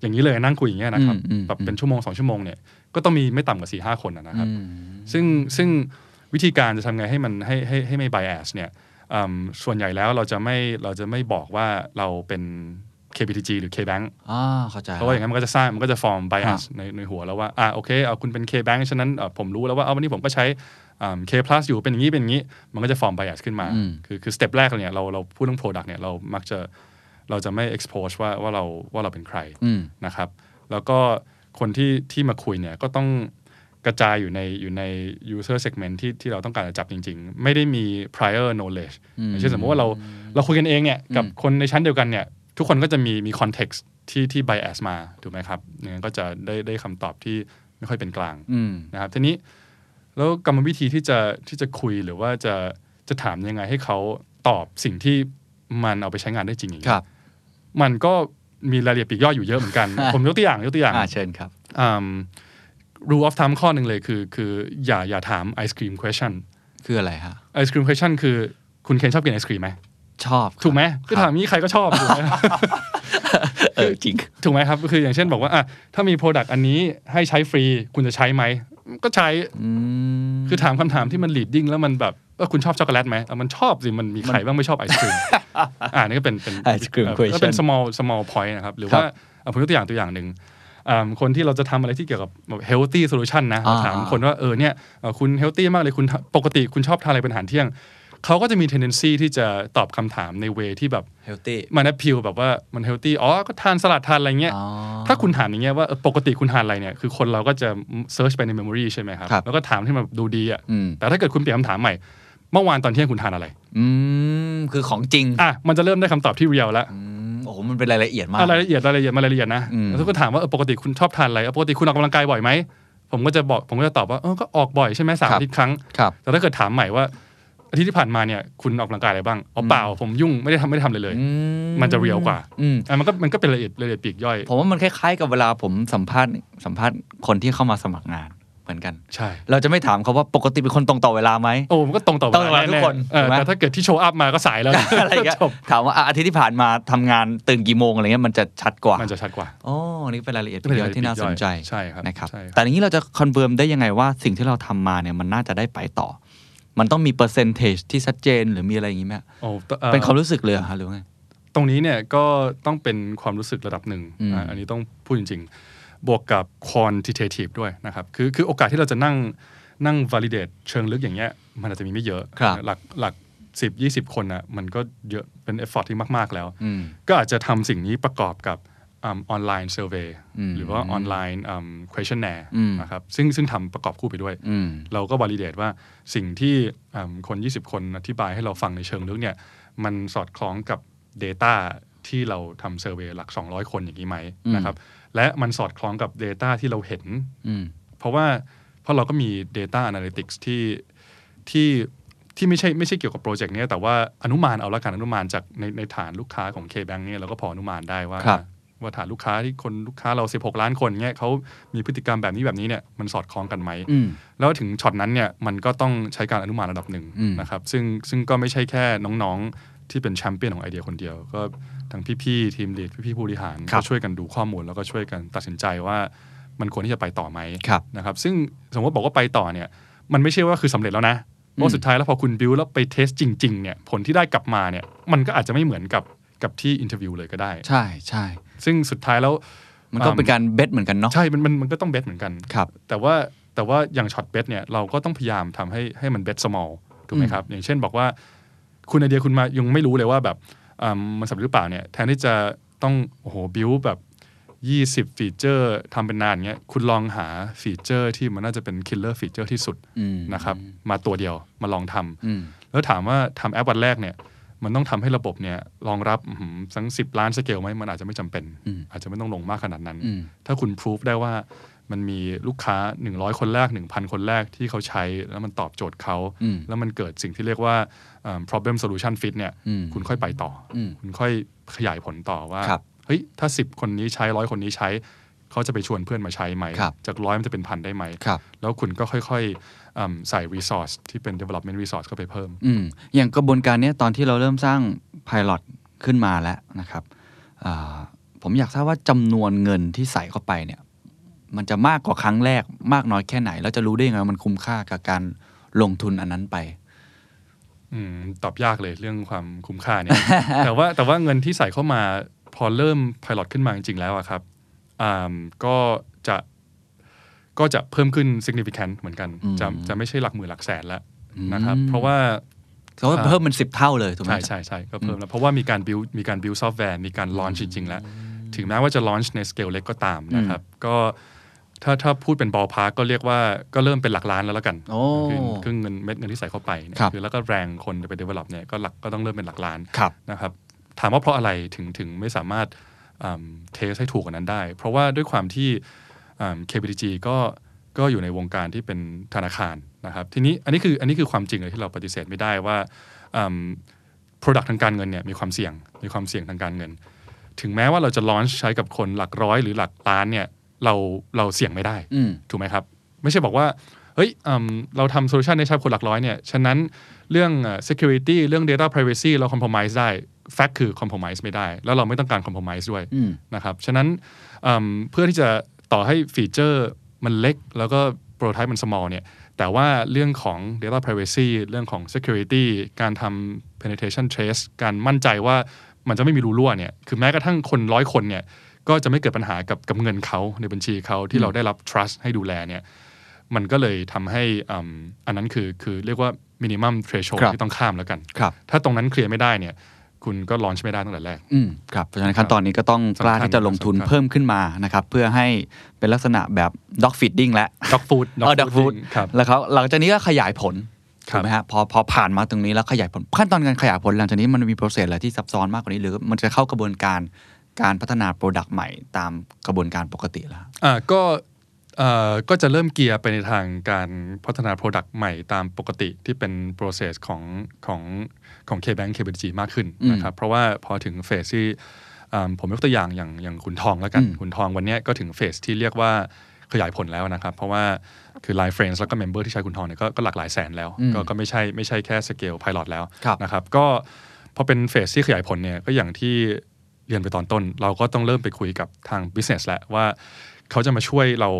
Speaker 4: อย่างนี้เลยนั่งคุยอย่างเงี้ยนะครับ
Speaker 3: อืมอืม
Speaker 4: แบบเป็นชั่วโมงสองชั่วโมงเนี่ยก็ต้องมีไม่ต่ำกว่า4ี่ห้าคนนะนะ
Speaker 3: อื
Speaker 4: ครับ
Speaker 3: ม
Speaker 4: ซึ่งซึ่งวิธีการจะทำไงให้มันให้ให้ให้ไม่ bias เนี่ยอืมส่วนใหญ่แล้วเราจะไม่เราจะไม่บอกว่าเราเป็น KBTG หรือ KBank
Speaker 3: อ่าเข้าใจ
Speaker 4: เพราะว่าอย่าง
Speaker 3: ละ
Speaker 4: นั้นมันก็จะสร้างมันก็จะฟอร์ม bias
Speaker 3: ฮะ
Speaker 4: ในในหัวแล้วว่าอ่ะโอเคเอาคุณเป็น K-Bank ฉะนั้นเอ่อผมรู้แล้วว่าเอาวันนี้ผมก็ใช้อ่า K plus อยู่เป็นอย่างนี้เป็นอย่างนี้ มันก็จะฟอร์ม bias ขึ้นมา
Speaker 3: อืม
Speaker 4: คือคือสเต็ปแรกเลยเนี่ยเราเราพูดเรื่อง product เนี่ยเรามักจะเราจะไม่ expose ว่าว่าเราว่าเราเป็นใคร
Speaker 3: อืม
Speaker 4: นะครับแล้วก็คนที่ที่มาคุยเนี่ยก็ต้องกระจายอยู่ในอยู่ใน user segment ที่ที่เราต้องการจะจับจริง ๆ ไม่ได้มี prior knowledge อย่างเช่นสมมติว่าเราเราคุยกันเองเนี่ยกับคนในชั้นเดียวกันเนี่ย ทุกคนก็จะมีมีคอนเท็กซ์ที่ที่ bias มาถูกไหมครับเนี่ยก็จะได้ได้คำตอบที่ไม่ค่อยเป็นกลาง
Speaker 3: อืม
Speaker 4: นะครับทีนี้แล้วกรรมวิธีที่จะที่จะคุยหรือว่าจะจะถามยังไงให้เขาตอบสิ่งที่มันเอาไปใช้งานได้จริงอย่าง
Speaker 3: ค
Speaker 4: เงี้ย
Speaker 3: รับ
Speaker 4: มันก็มีรายละเอียดปลีกย่อยอยู่เยอะเหมือนกัน ผมยกตัวอย่างยกตัวอย่าง
Speaker 3: อ่าเชิญครับ
Speaker 4: รูออฟทาม rule of thumb ข้อหนึ่งเลยคือ คืออย่าอย่าถามไอศครีม question
Speaker 3: คืออะไรฮะ
Speaker 4: ไอศครีม question คือคุณเคนชอบกินไอศครีมไหม
Speaker 3: ชอบครับ
Speaker 4: ถูกไหมคือถามนี้ใครก็ชอบถูกไหม
Speaker 3: เออจริง
Speaker 4: ถูกไหมครับคืออย่างเช่นบอกว่าอ่ะถ้ามีโปรดักต์อันนี้ให้ใช้ฟรีคุณจะใช้ไหมก็ใช้
Speaker 3: อืม
Speaker 4: คือถามคำถามที่มัน leading แล้วมันแบบเออคุณชอบช็อกโกแลตไหมเออมันชอบสิ มันมีใครบ้างไม่ชอบไอศค รีม อ่านี่ก็เป็นเป็น
Speaker 3: Ice cream
Speaker 4: เอ่อ
Speaker 3: question
Speaker 4: ก็เป็น small small point นะครับ หรือ
Speaker 3: ครับ
Speaker 4: ว่าเอาผมยกตัวอย่างตัวอย่างหนึ่งอ่าคนที่เราจะทำอะไรที่เกี่ยวกับแบบ healthy solution นะเรา
Speaker 3: อ่า
Speaker 4: ถามคนว่าเออเนี่ยเอ่อคุณ healthy มากเลยคุณปกติคุณชอบทานอะไรเป็นอาหารเที่ยง เขาก็จะมี tendency ที่จะตอบคำถามใน way ที่แบบ
Speaker 5: เฮลตี้
Speaker 4: มัน appeal แบบว่ามัน healthy อ๋อ ก็ทานสลัดทานอะไรเงี้ย
Speaker 3: อ๋อ
Speaker 4: ถ้าคุณถามอย่างเงี้ยว่าเออปกติคุณทานอะไรเนี่ยคือคนเราก็จะเซิร์ชไปใน memory ใช่ไหมครับ
Speaker 3: ครับ
Speaker 4: แล้วก็ถามที่มันดูดีอ่ะ
Speaker 3: อืม
Speaker 4: แต่ถ้าเกิดคุณเปลี่ยนคำถามใหม่ เมื่อวานตอนเที่ยงคุณทานอะไร
Speaker 3: อืม คือของจริง
Speaker 4: อ่ะ มันจะเริ่มได้คำตอบที่เรียลแล้ว
Speaker 3: อืมโอ้โหมันเป็นรายละเอียดมาก
Speaker 4: อ่ะรายละเอียดรายละเอียดมารายละเอียดนะ
Speaker 3: อืม
Speaker 4: แล้วก็ถามว่าเออปกติคุณชอบทานอะไรเออปกติคุณออกกำลังกายบ่อยไหม ผมก็จะบอกผมก็จะตอบว่าเออก็ออกบ่อยใช่ไหมสามอาทิตย์ครั้ง
Speaker 3: ครับ
Speaker 4: แต่ถ้าเกิดถามใหม่ว่าอาทิตย์ที่ผ่านมาเนี่ยคุณออกกำลังกายอะไรบ้างอ๋อเปล่าผมยุ่งไม่ได้ทำไม่ได้ทำเลยเลย
Speaker 3: อื
Speaker 4: มันจะเรียลกว่า
Speaker 3: อืม
Speaker 4: อ่ะมันก็มันก็เป็นรายละเอียดรายละเอียดปลีกย่อย
Speaker 3: ผมว่ามันคล้ายๆกับเวลาผมสัมภาษณ์สัมภาษณ์คนที่เข้ามาสมัครงานเหมือนกัน
Speaker 4: ใช่
Speaker 3: เราจะไม่ถามเขาว่าปกติเป็นคนตรงต่อเวลาไหม
Speaker 4: โอ้มันก็ตรงต่อ
Speaker 3: ตรงต่อเวลาทุกคน
Speaker 4: แๆเออ
Speaker 3: ถูกไหม
Speaker 4: แต่ถ้าเกิดที่โชว์อัพมาก็สายแล้ว
Speaker 3: อะไรอย่างเงี้ย
Speaker 4: จบ
Speaker 3: ถามว่าอ่ะอาทิตย์ที่ผ่านมาทำงานตื่นกี่โมงอะไรเงี้ยมันจะชัดกว่า
Speaker 4: มันจะชัดกว่า
Speaker 3: อ๋ออันนี่เป็นรายละเอียดปลีกย่อยที่น่าสนใจ
Speaker 4: ใช่ครับ
Speaker 3: นะครับ
Speaker 4: ใช่ครับ
Speaker 3: แต่อย่างนี้เราจะคอนเฟิร์มได้ยังไงว่าสิ่งที่เราทำมาเนี่ยมันน่าจะได้ไปต่อ มันต้องมีเปอร์เซนเทจที่ชัดเจนหรือมีอะไรอย่างงี้ไหม
Speaker 4: โอ้อ่อ
Speaker 3: เป็นความรู้สึกเลยเหรอฮะหรือว่าไง
Speaker 4: ตรงนี้เนี่ยก็ต้องเป็นความรู้สึกระดับหนึ่ง
Speaker 3: อืม
Speaker 4: อ่ะอันนี้ต้องพูดจริง ๆ บวกกับ quantitative ด้วยนะครับ คือคือโอกาสที่เราจะนั่งนั่ง validate เชิงลึกอย่างเงี้ยมันอาจจะมีไม่เยอะ
Speaker 3: ครับ
Speaker 4: หลักหลักสิบยี่สิบคนอ่ะมันก็เยอะเป็น effort ที่มาก ๆ แล้ว
Speaker 3: อืม
Speaker 4: ก็อาจจะทำสิ่งนี้ประกอบกับออนไลน์เซอร์เวย
Speaker 3: อืม
Speaker 4: หรือว่าออนไลน์ questionnaire
Speaker 3: อืม
Speaker 4: นะครับซึ่งซึ่งทำประกอบคู่ไปด้วย
Speaker 3: อืม
Speaker 4: เราก็ validate ว่าสิ่งที่อืมคน 20 คนอธิบายให้เราฟังในเชิงลึกเนี่ย มันสอดคล้องกับ Data ที่เราทำเซอร์เวยหลัก 200 คนอย่างนี้ไหม
Speaker 3: อืม
Speaker 4: นะครับ และมันสอดคล้องกับ Data ที่เราเห็น
Speaker 3: อืม
Speaker 4: เพราะว่าเพราะเราก็มี Data Analytics ที่ที่ที่ไม่ใช่ไม่ใช่เกี่ยวกับโปรเจกต์เนี้ยแต่ว่าอนุมานเอาละกันอนุมานจากในในฐานลูกค้าของ K-Bank เนี่ยเราก็พออนุมานได้ว่า
Speaker 3: ครับ
Speaker 4: ว่าฐานลูกค้าที่คนลูกค้าเรา 16 ล้านคนเนี่ยเขามีพฤติกรรมแบบนี้แบบนี้เนี่ยมันสอดคล้องกันไหม
Speaker 3: อืม
Speaker 4: แล้วถึงช็อตนั้นเนี่ยมันก็ต้องใช้การอนุมานระดับหนึ่ง
Speaker 3: อืม
Speaker 4: นะครับซึ่งซึ่งก็ไม่ใช่แค่น้องๆ ที่เป็นแชมเปี้ยนของไอเดียคนเดียว ก็ทั้งพี่ๆ ทีมลีดพี่ๆผู้บริหารก็ช่วยกันดูข้อมูล แล้วก็ช่วยกันตัดสินใจว่ามันควรที่จะไปต่อไหม
Speaker 3: ครับ
Speaker 4: นะครับซึ่งสมมติบอกว่าไปต่อเนี่ยมันไม่ใช่ว่าคือสำเร็จแล้วนะเพราะสุดท้ายแล้วพอคุณบิวแล้วไปเทสจริงๆเนี่ยผลที่ได้กลับมาเนี่ยมันก็อาจจะไม่เหมือนกับกับที่อินเทอร์วิวเลยก็ได้
Speaker 3: ใช่ใช่
Speaker 4: ซึ่งสุดท้ายแล้ว
Speaker 3: มันก็เป็นการเบสเหมือนกันเนาะ
Speaker 4: ใช่มันมันมันก็ต้องเบสเหมือนกัน
Speaker 3: ครับ
Speaker 4: แต่ว่าแต่ว่าอย่างช็อตเบสเนี่ยเราก็ต้องพยายามทำให้ให้มันเบส small ถูกไหมครับ อย่างเช่นบอกว่า คุณไอเดียคุณมายังไม่รู้เลยว่าแบบอ่ามันสำเร็จหรือเปล่าเนี่ยแทนที่จะต้องโอ้โหบิวแบบ 20 ฟีเจอร์ทำเป็นนานเงี้ยคุณลองหาฟีเจอร์ที่มันน่าจะเป็นคิลเลอร์ฟีเจอร์ที่สุด
Speaker 3: อืม
Speaker 4: นะครับมาตัวเดียวมาลองทำ
Speaker 3: อืม
Speaker 4: แล้วถามว่าทำแอปวันแรกเนี่ยมันต้องทำให้ระบบเนี่ยรองรับอื้อหือสักสิบล้านสเกลไหมมันอาจจะไม่จำเป็น
Speaker 3: อืม
Speaker 4: อาจจะไม่ต้องลงมากขนาดนั้น
Speaker 3: อืม
Speaker 4: ถ้าคุณพิสูจได้ว่ามันมีลูกค้า 100 คนแรก 1,000 คนแรกที่เขาใช้ แล้วมันตอบโจทย์เขา
Speaker 3: อืม
Speaker 4: แล้วมันเกิดสิ่งที่เรียกว่าเอิ่ม problem solution fit เนี่ย
Speaker 3: อืม
Speaker 4: คุณค่อยไปต่ออ
Speaker 3: ม
Speaker 4: คุณค่อยขยายผลต่อว่า
Speaker 3: ครับ
Speaker 4: เฮ้ยถ้า 10 คนนี้ใช้ร้อยคนนี้ใช้ เขาจะไปชวนเพื่อนมาใช้ไหม
Speaker 3: ครับ
Speaker 4: จากร้อยมันจะเป็นพันได้ไหม
Speaker 3: ครับ
Speaker 4: แล้วคุณก็ค่อยๆเอิ่มใส่ resource ที่เป็น development resource เข้าไปเพิ่ม
Speaker 3: อืมอย่างกระบวนการเนี้ยตอนที่เราเริ่มสร้าง p i l o t ขึ้นมาแล้วนะครับอ่าผมอยากทราบว่าจำนวนเงินที่ใส่เข้าไปเนี่ย มันจะมากกว่าครั้งแรกมากน้อยแค่ไหน แล้วจะรู้ได้ยังไงว่ามันคุ้มค่ากับการลงทุนอันนั้นไป
Speaker 4: อืมตอบยากเลยเรื่องความคุ้มค่าเนี่ย แต่ว่าแต่ว่าเงินที่ใส่เข้ามาพอเริ่มพาย o t ขึ้นมาจริง ๆ แล้วอะครับอ่ามก็จะก็จะเพิ่มขึ้น significant เหมือนกัน
Speaker 3: อืม
Speaker 4: จะจะไม่ใช่หลักหมื่นหลักแสนแล้วนะครับ เพราะว่า
Speaker 3: เพราะว่า
Speaker 4: อ่า
Speaker 3: เพิ่มเป็นสิบเท่าเลยถูกไหม
Speaker 4: ใช่ใช่ใช่ก็เพิ่มแล้ว เพราะว่ามีการ build มีการ build ซอฟต์แวร์มีการ launch จริง ๆ แล้ว ถึงแม้ว่าจะ launch ใน scale เล็กก็ตามนะครับ ก็ถ้าถ้าพูดเป็นบอลพาร์กก็เรียกว่าก็เริ่มเป็นหลักล้านแล้วแล้วกัน
Speaker 3: โอ้
Speaker 4: คือคือเงินเม็ดเงินที่ใส่เข้าไปเนี่ย
Speaker 3: ครับ
Speaker 4: คือแล้วก็แรงคนไป develop เนี่ยก็หลักก็ต้องเริ่มเป็นหลักล้าน
Speaker 3: ครับ
Speaker 4: นะครับ ถามว่าเพราะอะไรถึงถึงไม่สามารถเทสให้ถูกกว่านั้นได้ เพราะว่าด้วยความที่อ่า KBTG ก็ก็อยู่ในวงการที่เป็นธนาคารนะครับทีนี้อันนี้คืออันนี้คือความจริงเลยที่เราปฏิเสธไม่ได้ว่าอืม Product ทางการเงินเนี่ยมีความเสี่ยงมีความเสี่ยงทางการเงิน ถึงแม้ว่าเราจะลอนใช้กับคนหลักร้อยหรือหลักล้านเนี่ยเราเราเสี่ยงไม่ได้
Speaker 3: อืม
Speaker 4: ถูกไหมครับ ไม่ใช่บอกว่า เฮ้ยอืมเราทำโซลูชันในชาบคนหลักร้อยเนี่ย ฉะนั้นเรื่องเอ่อ security เรื่อง data privacy เรา compromise ได้ fact คือ compromise ไม่ได้ แล้วเราไม่ต้องการ compromise ด้วย
Speaker 3: อืม
Speaker 4: นะครับ ฉะนั้นอืมเพื่อที่จะต่อให้ฟีเจอร์มันเล็ก แล้วก็ prototype มัน small เนี่ย แต่ว่าเรื่องของ data privacy เรื่องของ security การทำ penetration trace การมั่นใจว่ามันจะไม่มีรูรั่วเนี่ย คือแม้กระทั่งคนร้อยคนเนี่ย ก็จะไม่เกิดปัญหากับกับเงินเขาในบัญชีเขาที่เราได้รับ trust ให้ดูแลเนี่ย มันก็เลยทำให้อืมอันนั้นคือคือเรียกว่า minimum threshold
Speaker 3: ครับ
Speaker 4: ที่ต้องข้ามแล้วกัน
Speaker 3: ครับ
Speaker 4: ถ้าตรงนั้นเคลียร์ไม่ได้เนี่ย คุณก็ลอนช์ไม่ได้ตั้งแต่แรก
Speaker 3: อืมครับเพราะฉะนั้นขั้นตอนนี้ก็ต้องกล้าที่จะลงทุน
Speaker 4: สำคัญ
Speaker 3: เพิ่มขึ้นมานะครับ เพื่อให้เป็นลักษณะแบบ dog feeding และ
Speaker 4: dog food
Speaker 3: เออ dog food
Speaker 4: ครับ
Speaker 3: แล้วเขาหลังจากนี้ก็ขยายผล
Speaker 4: ค
Speaker 3: ถู
Speaker 4: รับ
Speaker 3: กไหมฮะพอพอผ่านมาตรงนี้แล้วขยายผล ขั้นตอนการขยายผลหลังจากนี้มันมีโปรเซสอะไรที่ซับซ้อนมากกว่านี้ หรือมันจะเข้ากระบวนการการพัฒนาโปรดักต์ใหม่ตามกระบวนการปกติแล้ว
Speaker 4: อ่าก็เอ่อก็จะเริ่มเกียร์ไปในทางการพัฒนา Product ใหม่ตามปกติที่เป็น process ของของของ KBank KBG มากขึ้นนะครับ เพราะว่าพอถึงเฟสที่อ่าผมยกตัวอย่างอย่างอย่างคุณทองแล้วกัน คุณทองวันเนี้ยก็ถึงเฟสที่เรียกว่าขยายผลแล้วนะครับ เพราะว่าคือ Line Friends แล้วก็ Member ที่ใช้คุณทองเนี่ยก็ก็หลากหลายแสนแล้ว ก็ก็ไม่ใช่ไม่ใช่แค่สเกล Pilot แล้ว
Speaker 3: ครับ
Speaker 4: นะครับ ก็พอเป็นเฟสที่ขยายผลเนี่ยก็อย่างที่ เรียนไปตอนต้นเราก็ต้องเริ่มไปคุยกับทาง business แล้วว่าเขาจะมาช่วยเรา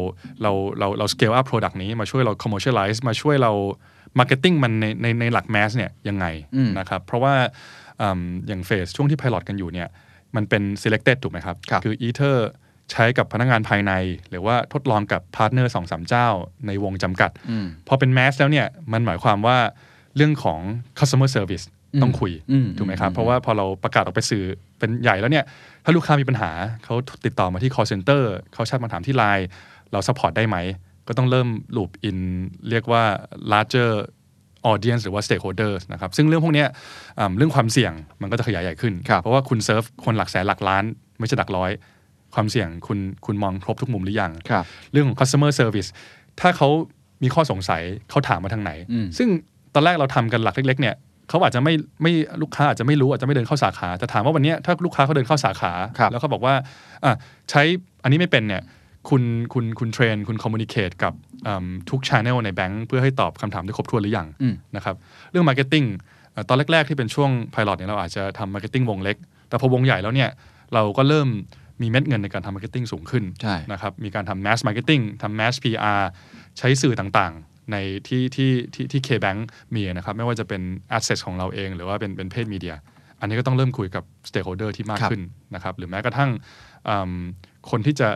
Speaker 4: เราเราเรา scale up product นี้มาช่วยเรา commercialize มาช่วยเรา marketing มันในในในหลัก mass เนี่ยยังไงนะครับ เพราะว่าอืมอย่างเฟสช่วงที่ pilot กันอยู่เนี่ยมันเป็น selected ถูกไหมครับ
Speaker 3: ครับ
Speaker 4: คือ ether ใช้กับพนักงานภายใน หรือว่าทดลองกับพาร์ทเนอร์สองสามเจ้าในวงจำกัด พอเป็น mass แล้วเนี่ยมันหมายความว่าเรื่องของ customer service ต้องคุย
Speaker 3: อืม
Speaker 4: ถูกไหมครับ เพราะว่าพอเราประกาศออกไปสื่อเป็นใหญ่แล้วเนี่ย ถ้าลูกค้ามีปัญหาเขาติดต่อมาที่ call center เขาแชทมาถามที่ไลน์เรา support ได้ไหม ก็ต้องเริ่ม loop in เรียกว่า larger audience หรือว่า stakeholders นะครับ ซึ่งเรื่องพวกเนี้ยอ่าเรื่องความเสี่ยงมันก็จะขยายใหญ่ขึ้น
Speaker 3: ครับ
Speaker 4: เพราะว่าคุณเซิร์ฟคนหลักแสนหลักล้าน ไม่ใช่หลักร้อย ความเสี่ยงคุณคุณมองครบทุกมุมหรือยัง
Speaker 3: ครับ
Speaker 4: เรื่องของ customer service ถ้าเขามีข้อสงสัยเขาถามมาทางไหน ซึ่งตอนแรกเราทำกันหลักเล็ก ๆ เนี่ยเขาอาจจะไม่ไม่ลูกค้าอาจจะไม่รู้อาจจะไม่เดินเข้าสาขา แต่ถามว่าวันเนี้ยถ้าลูกค้าเขาเดินเข้าสาขา
Speaker 3: ครับ
Speaker 4: แล้วเขาบอกว่าอ่ะใช้อันนี้ไม่เป็นเนี่ยคุณคุณคุณเทรน คุณคอมมูนิเคตกับอืมทุกช n e l ในแบงค์เพื่อให้ตอบคำถามได้ครบถ้วนหรือยังนะครับเรื่อง Marketing เอ่อตอนแรก ๆ ที่เป็นช่วง Pilot เนี่ยเราอาจจะทำ Marketing วงเล็ก แต่พอวงใหญ่แล้วเนี่ยเราก็เริ่มมีเม็ดเงินในการทำ Marketing สูงขึ้น
Speaker 3: ใช่
Speaker 4: นะครับมีการทำ mass marketing ทำ mass PR ใช้สื่อต่างๆ ในที่ที่ที่ที่ KBank มีนะครับ ไม่ว่าจะเป็น asset ของเราเองหรือว่าเป็นเป็นเพจมีเดีย อันนี้ก็ต้องเริ่มคุยกับ stakeholder ที่มาก
Speaker 3: ครับ
Speaker 4: ขึ้นนะครับ หรือแม้กระทั่งอืมคนที่จะ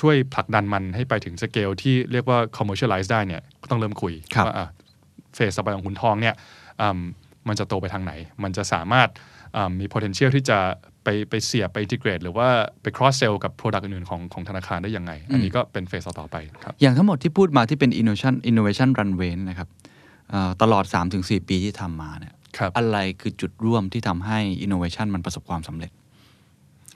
Speaker 4: ช่วยผลักดันมันให้ไปถึงสเกลที่เรียกว่า commercialize ได้เนี่ยก็ต้องเริ่มคุย
Speaker 3: ครับ
Speaker 4: ว่าอ่ะเฟสต่อไปของคุณทองเนี่ยอืมมันจะโตไปทางไหน มันจะสามารถอืมมี potential ที่จะไปไปเสียบไป integrate หรือว่าไป cross sell กับ product อื่นๆของของธนาคารได้ยังไง อันนี้ก็เป็นเฟสต่อๆไปครับ
Speaker 3: อย่างทั้งหมดที่พูดมาที่เป็น innovation innovation runway นะครับเอ่อตลอด 3-4 ปีที่ทำมาเนี่ย
Speaker 4: ครับ
Speaker 3: อะไรคือจุดร่วมที่ทำให้ innovation มันประสบความสำเร็จ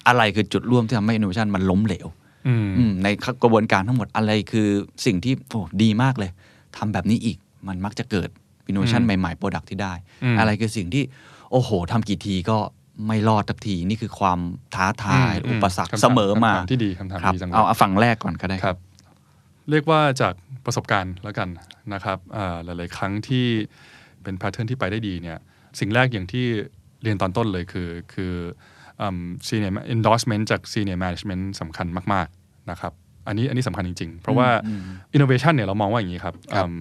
Speaker 3: อะไรคือจุดร่วมที่ทำให้ innovation มันล้มเหลว
Speaker 4: อืม
Speaker 3: อืมในกระบวนการทั้งหมดอะไรคือสิ่งที่โอ้ดีมากเลยทำแบบนี้อีกมันมักจะเกิดอินโนเวชัน
Speaker 4: อืม
Speaker 3: ใหม่ๆโปรดักที่ได้
Speaker 4: อืม
Speaker 3: อะไรคือสิ่งที่ โอ้โหทำกี่ทีก็ไม่รอดสักที นี่คือความท้าทาย
Speaker 4: อืม
Speaker 3: อุปสรรค
Speaker 4: คำถาม
Speaker 3: เสมอมา
Speaker 4: คำถามที่ดีคำถาม
Speaker 3: รับ
Speaker 4: ดีจังเลย
Speaker 3: เอาเอาฝั่งแรกก่อนก็ได้
Speaker 4: ครับ เรียกว่าจากประสบการณ์แล้วกันนะครับอ่าหลาย ๆ ครั้งที่เป็นแพทเทิร์นที่ไปได้ดีเนี่ยสิ่งแรกอย่างที่เรียนตอนต้นเลยคือคืออืม senior endorsement จาก senior management สำคัญมาก ๆ นะครับ อันนี้อันนี้สำคัญจริง ๆ เพราะว่า innovation เนี่ยเรามองว่าอย่างนี้ครับอืม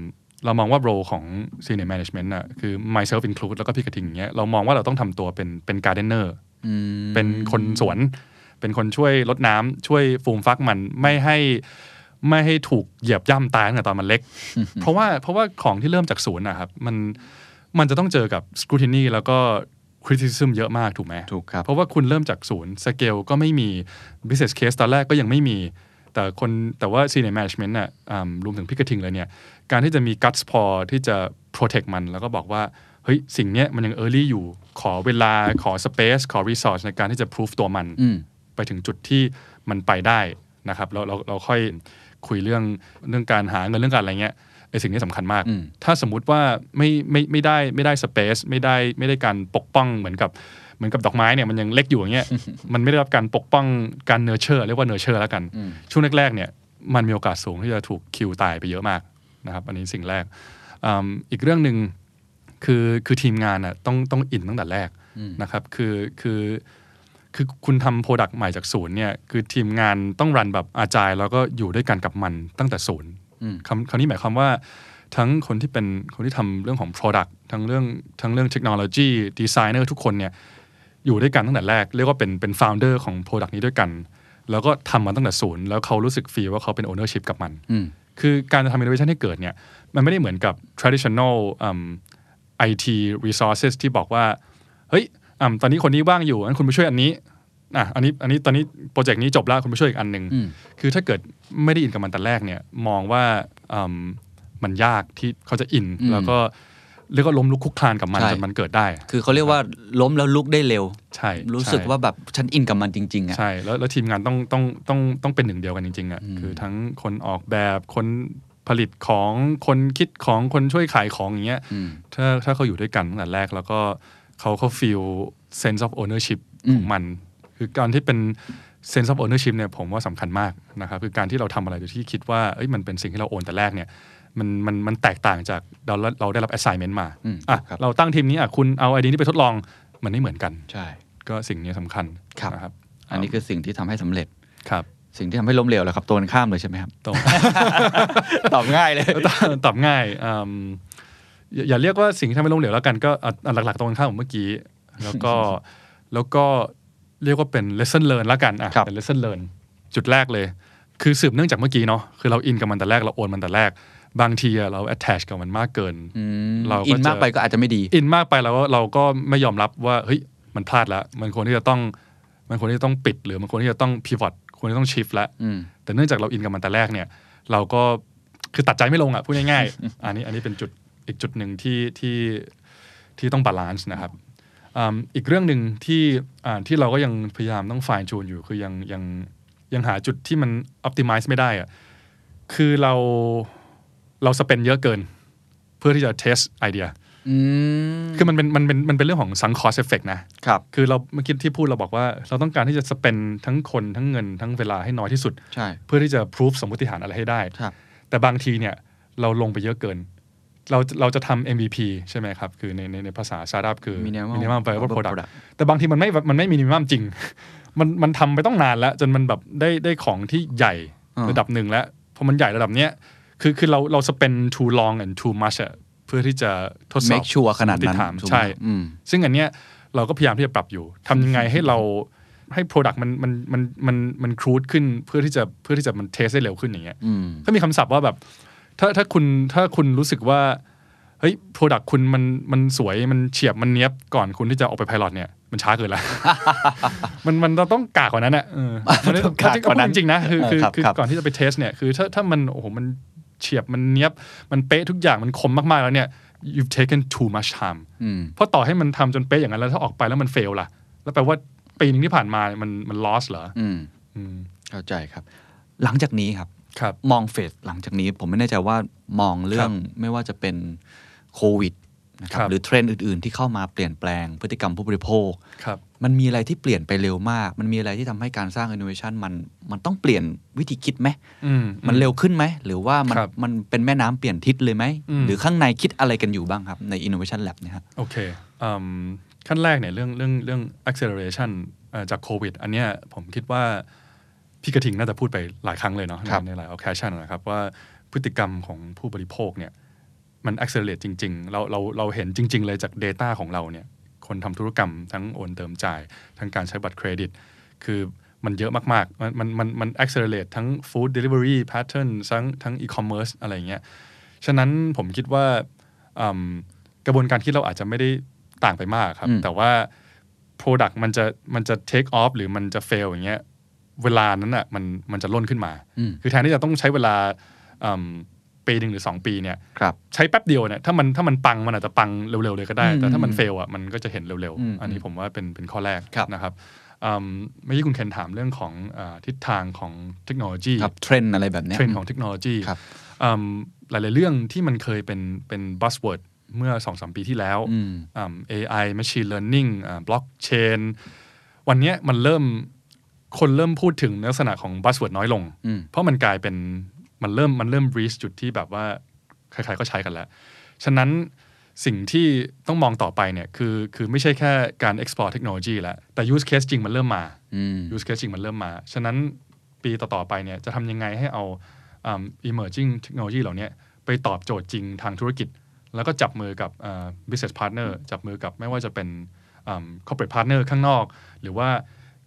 Speaker 4: เรามองว่า role ของ senior management น่ะคือ myself include แล้วก็พี่กระทิงอย่างเงี้ยเรามองว่าเราต้องทำตัวเป็นเป็น gardener
Speaker 3: อืม
Speaker 4: เป็นคนสวน เป็นคนช่วยลดน้ำช่วยฟูมฟักมันไม่ให้ไม่ให้ถูกเหยียบย่ำตายตั้งแต่ตอนมันเล็ ก เพราะว่าเพราะว่าของที่เริ่มจากศูนย์นะครับมันมันจะต้องเจอกับสครูตินีแล้วก็คริติซึมเยอะมากถูกไหม
Speaker 3: ถูกครับ
Speaker 4: เพราะว่าคุณเริ่มจากศูนย์สเกลก็ไม่มี business case ตอนแรกก็ยังไม่มี แต่คนแต่ว่า senior management น่ะอ่ารวมถึงพี่กระทิงเลยเนี่ยการที่จะมี guts พอที่จะ protect มันแล้วก็บอกว่าเฮ้ย ฮ้ยสิ่งเนี้ยมันยัง early อยู่ขอเวลาขอ space ขอ resource ในการที่จะ proof ตัวมัน
Speaker 3: อืม
Speaker 4: ไปถึงจุดที่มันไปได้นะครับเราเราเราค่อยคุยเรื่องเรื่องการหาเงินเรื่องการอะไรเงี้ยไอสิ่งนี้สำคัญมาก
Speaker 3: อืม
Speaker 4: ถ้าสมมุติว่าไม่ไม่ไม่ได้ไม่ได้สเปซไม่ได้ไม่ได้การปกป้องเหมือนกับเหมือนกับดอกไม้เนี่ยมันยังเล็กอยู่อย่างเงี้ย มันไม่ได้รับการปกป้องการเนอร์เชอร์เรียกว่าเนอร์เชอร์แล้วกัน ช่วงแรกๆเนี่ยมันมีโอกาสสูงที่จะถูกคิวตายไปเยอะมากนะครับอันนี้สิ่งแรกอืมอีกเรื่องหนึ่ง คือคือทีมงานอ่ะต้องต้องอินตั้งแต่แรกนะครับคือคือคือคุณทำโปรดักต์ใหม่จากศูนย์เนี่ยคือทีมงานต้องรันแบบอาจายแล้วก็อยู่ด้วยกันกับมันตั้งแต่ศูนย์คำคำนี้หมายความว่า ทั้งคนที่เป็นคนที่ทำเรื่องของ Product ทั้งเรื่องทั้งเรื่องเทคโนโลยีดีไซเนอร์ทุกคนเนี่ย อยู่ด้วยกันตั้งแต่แรก เรียกว่าเป็นเป็นฟาวเดอร์ของ Product นี้ด้วยกัน แล้วก็ทำมาตั้งแต่ศูนย์แล้วเขารู้สึกฟีลว่าเขาเป็นโอเนอร์ชิพกับมัน
Speaker 3: อืม
Speaker 4: คือการจะทำ innovation ให้เกิดเนี่ยมันไม่ได้เหมือนกับ traditional อืม IT resources ที่บอกว่า เฮ้ยอมตอนนี้คนนี้ว่างอยู่งั้นคุณไปช่วยอันนี้อ่ะอันนี้อันนี้ตอนนี้โปรเจกต์นี้จบแล้วคุณไปช่วยอีกอันหนึ่ง
Speaker 3: อืม
Speaker 4: คือถ้าเกิดไม่ได้อินกับมันแต่แรกเนี่ยมองว่าอืมมันยากที่เขาจะอิน แล้วก็เรียกว่าล้มลุกคลุกคลานกับมัน
Speaker 3: ใช่
Speaker 4: จนมันเกิดได้
Speaker 3: คือเขาเรียกว่าล้มแล้วลุกได้เร็ว
Speaker 4: ใช่
Speaker 3: รู้สึก
Speaker 4: ใช่
Speaker 3: ว่าแบบฉันอินกับมันจริง ๆอ่ะ
Speaker 4: ใช่แล้วแล้วทีมงานต้องต้องต้องต้องเป็นหนึ่งเดียวกันจริงๆอ่ะคือทั้งคนออกแบบคนผลิตของคนคิดของคนช่วยขายของอย่างเงี้ยถ้าถ้าเขาอยู่ด้วยกันตั้งแต่แรกแล้วก็เขาเขา feel sense of ownership ของมัน คือการที่เป็น sense of ownership เนี่ยผมว่าสำคัญมากนะครับคือการที่เราทำอะไรโดยที่คิดว่าเอ้ยมันเป็นสิ่งที่เราโอนแต่แรกเนี่ยมันมันมันแตกต่างจากเราเราได้รับ assignment มา
Speaker 3: อืม
Speaker 4: อ่ะ
Speaker 3: ครับ
Speaker 4: เราตั้งทีมนี้อ่ะคุณเอาไอเดียนี้ไปทดลองมันไม่เหมือนกัน
Speaker 3: ใช่
Speaker 4: ก็สิ่งนี้สำคัญ
Speaker 3: ครับ
Speaker 4: นะครับ
Speaker 3: อันนี้คือสิ่งที่ทำให้สำเร็จ
Speaker 4: ครับ
Speaker 3: สิ่งที่ทำให้ล้มเหลวแหละครับตัวกันข้ามเลยใช่ไหมครับ
Speaker 4: ตรง
Speaker 3: ตอบง่ายเลย
Speaker 4: ตอบตอบง่ายอืมอย่าอย่าเรียกว่าสิ่งที่ทำให้ล้มเหลวแล้วกันก็อ่ะอันหลักๆตรงกันข้ามของเมื่อกี้ แล้วก็ แล้วก็เรียกว่าเป็น lesson learn แล้วกันอ่ะ
Speaker 3: ครับ
Speaker 4: เป็น lesson learn จุดแรกเลย คือสืบเนื่องจากเมื่อกี้เนาะคือเราอินกับมันแต่แรกเราโอนมันแต่แรก บางทีอะเรา attach กับมันมากเกิน เราก็
Speaker 3: อินมาก
Speaker 4: จะ
Speaker 3: ไปก็อาจจะไม่ดี
Speaker 4: อินมากไปแล้วก็เราก็ไม่ยอมรับว่าเฮ้ยมันพลาดแล้ว มันควรที่จะต้องมันควรที่จะต้องปิด หรือมันควรที่จะต้องพิวอตควรที่จะต้องชิฟแล้ว
Speaker 3: อืม
Speaker 4: แต่เนื่องจากเราอินกับมันแต่แรกเนี่ย เราก็คือตัดใจไม่ลงอ่ะพูดง่ายๆ อันนี้อันนี้เป็นจุดอีกจุดหนึ่งที่ที่ที่ต้องบาลานซ์นะครับอืมอีกเรื่องหนึ่งที่อ่าที่เราก็ยังพยายามต้องฟายจูนอยู่คือยังยังยังหาจุดที่มันออพติมิซ์ไม่ได้อ่ะคือเราเราสเปนเยอะเกิน เพื่อที่จะเทสไอเดีย
Speaker 3: อืม
Speaker 4: คือมันเป็นมันเป็นมันเป็นเรื่องของซังคอสเอฟเฟกนะ
Speaker 3: ครับ
Speaker 4: คือเราเมื่อกี้ที่พูดเราบอกว่า เราต้องการที่จะสเปนทั้งคนทั้งเงินทั้งเวลาให้น้อยที่สุด
Speaker 3: ใช่
Speaker 4: เพื่อที่จะพิสูจสมมติฐานอะไรให้ได้
Speaker 3: ครับ
Speaker 4: แต่บางทีเนี่ยเราลงไปเยอะเกิน เราเราจะทำ MVP ใช่ไหมครับ คือในในในภาษา startup คือ
Speaker 3: Minimal
Speaker 4: viable
Speaker 3: viable
Speaker 4: product
Speaker 3: product
Speaker 4: แต่บางทีมันไม่มันไม่ minimum จริง มันมันทำไปต้องนานแล้ว จนมันแบบได้ได้ของที่ใหญ่
Speaker 3: อ่า
Speaker 4: ระดับหนึ่งแล้วพอมันใหญ่ระดับเนี้ยคือคือเราเราสเปน too long and too much อะเพื่อที่จะทดสอบ
Speaker 3: make sure ขนาดนั้น
Speaker 4: สมมติฐ
Speaker 3: ถูกไหม
Speaker 4: ใช่
Speaker 3: อืม
Speaker 4: ซึ่งอันเนี้ยเราก็พยายามที่จะปรับอยู่ทำยังไงให้เราให้ Product มันมันมันมันมันครูดขึ้นเพื่อที่จะเพื่อที่จะมันเทสได้เร็วขึ้นอย่างเงี้ย
Speaker 3: อืม
Speaker 4: ก็มีคำศัพท์ว่าแบบ ถ้าถ้าคุณถ้าคุณรู้สึกว่าเฮ้ย Product คุณมันมันสวยมันเฉียบมันเนี้ยบก่อนคุณที่จะออกไปพาย o t เนี่ยมันช้าเกินละ มันมันเราต้องกากกว่านั้นอ่ะเออมัน
Speaker 3: ต้องกากกว่านั้น
Speaker 4: จริงๆนะคือคือ
Speaker 3: เออครับ
Speaker 4: คือ
Speaker 3: ครับ
Speaker 4: ก่อนที่จะไปเทสเนี่ยคือถ้าถ้ามันโอ้โหมันเฉียบมันเนี้ยบมันเป๊ะทุกอย่างมันคมมากๆแล้วเนี่ย you've taken too much time
Speaker 3: อืม
Speaker 4: เพราะต่อให้มันทำจนเป๊ะอย่างนั้นแล้วถ้าออกไปแล้วมันเฟลล่ะ แล้วแปลว่าปีหนึ่งที่ผ่านมามันมัน loss เหรอ
Speaker 3: อืม
Speaker 4: อืม
Speaker 3: เข้าใจครับ หลังจากนี้ครับ
Speaker 4: ครับ
Speaker 3: มองเฟสหลังจากนี้ผมไม่แน่ใจว่ามองเรื่องไม่ว่าจะเป็นโควิดนะครั
Speaker 4: ครับ บ
Speaker 3: หรือเทรนด์อื่น ๆ ที่เข้ามาเปลี่ยนแปลงพฤติกรรมผู้บริโภค
Speaker 4: ครับ
Speaker 3: มันมีอะไรที่เปลี่ยนไปเร็วมาก มันมีอะไรที่ทำให้การสร้าง innovation มันมันต้องเปลี่ยนวิธีคิดไหม
Speaker 4: อืม
Speaker 3: มันเร็วขึ้นไหม หรือว่ามัน
Speaker 4: ครับ
Speaker 3: มันเป็นแม่น้ำเปลี่ยนทิศเลยไหม
Speaker 4: อืม
Speaker 3: หรือข้างในคิดอะไรกันอยู่บ้างครับ ใน innovation lab เนี่ยครับ
Speaker 4: โอเคอืมขั้นแรกเนี่ยเรื่องเรื่องเรื่อง acceleration เอ่อจากโควิด อันเนี้ยผมคิดว่า พี่กระทิงน่าจะพูดไปหลายครั้งเลยเนาะ
Speaker 3: ครับ
Speaker 4: ในในหลาย occasion นะครับว่าพฤติกรรมของผู้บริโภคเนี่ยมัน accelerate จริง ๆ เราเราเราเห็นจริง ๆ เลยจาก Data ของเราเนี่ยคนทำธุรกรรมทั้งโอนเติมจ่าย ทั้งการใช้บัตรเครดิต คือมันเยอะมาก ๆ มันมันมันมัน accelerate ทั้ง food delivery pattern ทั้งทั้ง e-commerce อะไรอย่างเงี้ย ฉะนั้นผมคิดว่าอืมกระบวนการคิดเราอาจจะไม่ได้ต่างไปมากครับ
Speaker 3: อืม
Speaker 4: แต่ว่า Product มันจะมันจะ take off หรือมันจะ fail อย่างเงี้ย เวลานั้นอ่ะมันมันจะล่นขึ้นมา
Speaker 3: อืม
Speaker 4: คือแทนที่จะต้องใช้เวลาอืมไป ปีหนึ่งหรือ 2 ปีเนี่ย
Speaker 3: ครับ
Speaker 4: ใช้แป๊บเดียวเนี่ยถ้ามันถ้ามันปังมันอาจจะปังเร็วๆเลยก็ได้
Speaker 3: อืม
Speaker 4: แต่ถ้ามัน
Speaker 3: อืม
Speaker 4: เฟลอ่ะมันก็จะเห็นเร็ว
Speaker 3: อืม
Speaker 4: ๆ อันนี้ผมว่าเป็นเป็นข้อแรก
Speaker 3: ครับ
Speaker 4: นะครับอืมเมื่อกี้คุณเคนถามเรื่องของอ่าทิศทางของเทคโนโลยี
Speaker 3: ครับเทรนด์อะไรแบบเนี้ย
Speaker 4: เทรนด์ของเทคโนโลยี
Speaker 3: ครับ
Speaker 4: อืมหลาย ๆ เรื่องที่มันเคยเป็นเป็นบัสเวิร์ดเมื่อ 2-3 ปีที่แล้ว
Speaker 3: อืม
Speaker 4: อืม AI machine learning บล็อกเชนวันเนี้ยมันเริ่มคนเริ่มพูดถึงลักษณะของบัสเวิร์ดน้อยลง
Speaker 3: อืม
Speaker 4: เพราะมันกลายเป็นมันเริ่มมันเริ่ม reach จุดที่แบบว่า ใคร ๆ ก็ใช้กันแล้ว ฉะนั้นสิ่งที่ต้องมองต่อไปเนี่ยคือคือไม่ใช่แค่การ explore เทคโนโลยีแล้วแต่ use case จริงมันเริ่มมา
Speaker 3: อืม
Speaker 4: use case จริงมันเริ่มมา ฉะนั้นปีต่อ ๆ ไปเนี่ยจะทำยังไงให้เอาอืม emerging technology เหล่าเนี้ยไปตอบโจทย์จริงทางธุรกิจ แล้วก็จับมือกับอ่า business partner จับมือกับไม่ว่าจะเป็นอืม corporate partner ข้างนอก หรือว่า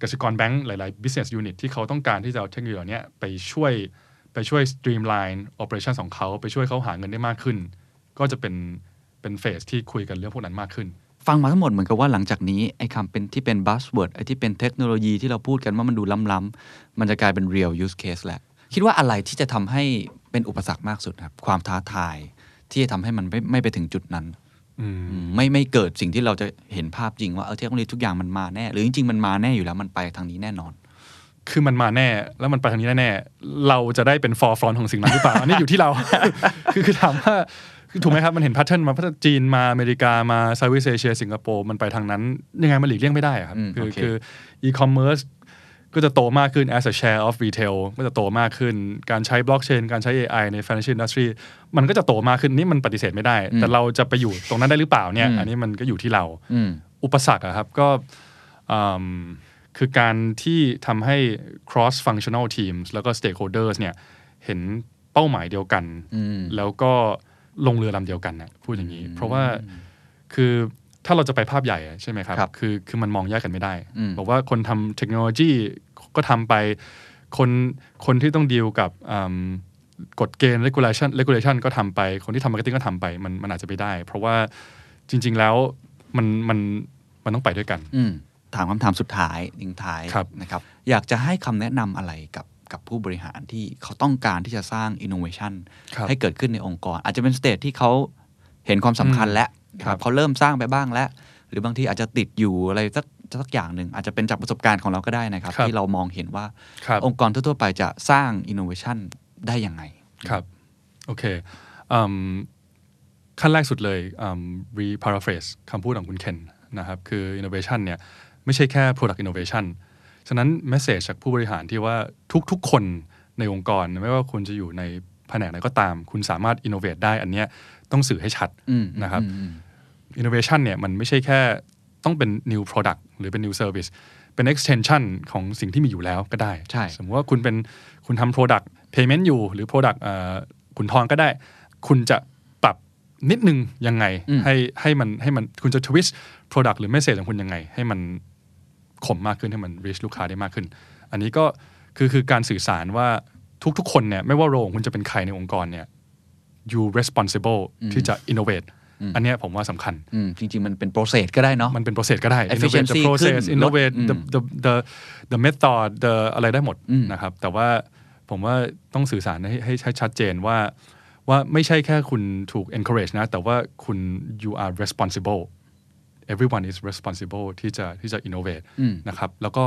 Speaker 4: กสิกรแบงก์หลาย ๆ business unit ที่เขาต้องการที่จะเอาเทคโนโลยีเหล่าเนี้ยไปช่วยไปช่วย streamline operation ของเขาไปช่วยเขาหาเงินได้มากขึ้น ก็จะเป็นเป็นเฟสที่คุยกันเรื่องพวกนั้นมากขึ้น
Speaker 3: ฟังมาทั้งหมดเหมือนกับว่าหลังจากนี้ไอ้คำเป็นที่เป็นบัสเวิร์ดไอ้ที่เป็นเทคโนโลยีที่เราพูดกันว่ามันดูล้ำๆมันจะกลายเป็นเรียลยูสเคสแหละ คิดว่าอะไรที่จะทำให้เป็นอุปสรรคมากสุดครับ ความท้าทายที่จะทำให้มันไม่ไม่ไปถึงจุดนั้น
Speaker 4: อืม
Speaker 3: อืมไม่ไม่เกิดสิ่งที่เราจะเห็นภาพจริงว่าเออเทคโนโลยีทุกอย่างมันมาแน่ หรือจริงๆมันมาแน่อยู่แล้วมันไปทางนี้แน่นอน
Speaker 4: คือมันมาแน่ แล้วมันไปทางนี้แน่ๆเราจะได้เป็น forefront ของสิ่งนั้นหรือเปล่า อันนี้อยู่ที่เรา คือคือถามว่าคือถูกไหมครับ มันเห็น pattern มาพัฒจีนมาอเมริกามา Southeast Asia สิงคโปร์มันไปทางนั้น ยังไงมันหลีกเลี่ยงไม่ได้อะครับ
Speaker 3: อืม
Speaker 4: คือ
Speaker 3: โอเค
Speaker 4: คือ e-commerce ก็จะโตมากขึ้น as a share of retail ก็จะโตมากขึ้น การใช้ blockchain การใช้ AI ใน financial industry มันก็จะโตมากขึ้นนี่มันปฏิเสธไม่ได้ แต่เราจะไปอยู่ตรงนั้นได้หรือเปล่าเนี่ย อันนี้มันก็อยู่ที่เรา
Speaker 3: อืม
Speaker 4: อุปสรรคอะครับก็อืมคือการที่ทำให้ cross functional teams แล้วก็ stakeholders เนี่ยเห็นเป้าหมายเดียวกัน แล้วก็ลงเรือลำเดียวกันนะพูดอย่างนี้ เพราะว่าคือถ้าเราจะไปภาพใหญ่อะใช่ไหมครับ
Speaker 3: ครับ
Speaker 4: อคือมันมองแยกกันไม่ได้
Speaker 3: อืม
Speaker 4: บอกว่าคนทำเทคโนโลยีก็ทำไปคนคนที่ต้องดีลกับอืมกฎเกณฑ์ regulation regulation ก็ทำไป คนที่ทำ marketing ก็ทำไปมันมันอาจจะไม่ได้ เพราะว่าจริง ๆ แล้วมันมันมันต้องไปด้วยกัน
Speaker 3: อืมถามคำถามสุดท้ายทิ้งท้าย
Speaker 4: ครับ
Speaker 3: นะครับ อยากจะให้คำแนะนำอะไรกับกับผู้บริหารที่เขาต้องการที่จะสร้าง innovation ให้เกิดขึ้นในองค์กร อาจจะเป็นสเตจที่เขาเห็นความสำคัญแล้ว
Speaker 4: ครับ
Speaker 3: เขาเริ่มสร้างไปบ้างแล้ว หรือบางทีอาจจะติดอยู่อะไรสักสักอย่างหนึ่ง อาจจะเป็นจากประสบการณ์ของเราก็ได้นะครับ ที่เรามองเห็นว่า
Speaker 4: ครับ
Speaker 3: องค์กรทั่วๆไปจะสร้าง innovation ได้ยังไง
Speaker 4: ครับ โอเคอืมขั้นแรกสุดเลยอืม re-paraphrase คำพูดของคุณเคนนะครับ คือ innovation เนี่ยไม่ใช่แค่ product innovation ฉะนั้น message จากผู้บริหารที่ว่าทุกๆ คนในองค์กร ไม่ว่าคุณจะอยู่ในแผนกไหนก็ตาม คุณสามารถ innovate ได้อันเนี้ยต้องสื่อให้ชัด
Speaker 3: อืม
Speaker 4: นะครับ
Speaker 3: อืมอืม
Speaker 4: innovation เนี่ยมันไม่ใช่แค่ต้องเป็น new product หรือเป็น new service เป็น extension ของสิ่งที่มีอยู่แล้วก็ได้
Speaker 3: ใช่
Speaker 4: สมมติว่าคุณเป็นคุณทำ product payment อยู่ หรือ product เอ่อขุนทองก็ได้ คุณจะปรับนิดนึงยังไง
Speaker 3: อืม
Speaker 4: ให้ให้มันให้มันคุณจะ twist product หรือ message ของคุณยังไง ให้มันคมมากขึ้นให้มัน reach ลูกค้าได้มากขึ้น อันนี้ก็คือคือการสื่อสารว่าทุกๆ คนเนี่ยไม่ว่าโรของคุณจะเป็นใครในองค์กรเนี่ย you responsible ที่จะ innovate อันเนี้ยผมว่าสำคัญ
Speaker 3: อืมจริงๆ มันเป็น process ก็ได้เนาะ
Speaker 4: มันเป็นโปรเซสก็ได้ innovate
Speaker 3: Efficiency
Speaker 4: the process
Speaker 3: ขึ้น
Speaker 4: innovate
Speaker 3: ลด
Speaker 4: the the the the method the อะไรได้หมด
Speaker 3: อืม
Speaker 4: นะครับ แต่ว่าผมว่าต้องสื่อสารให้ให้ให้ชัดเจนว่า ว่าไม่ใช่แค่คุณถูก encourage นะ แต่ว่าคุณ you are responsible everyone is responsible ที่จะที่จะ innovate นะครับ แล้วก็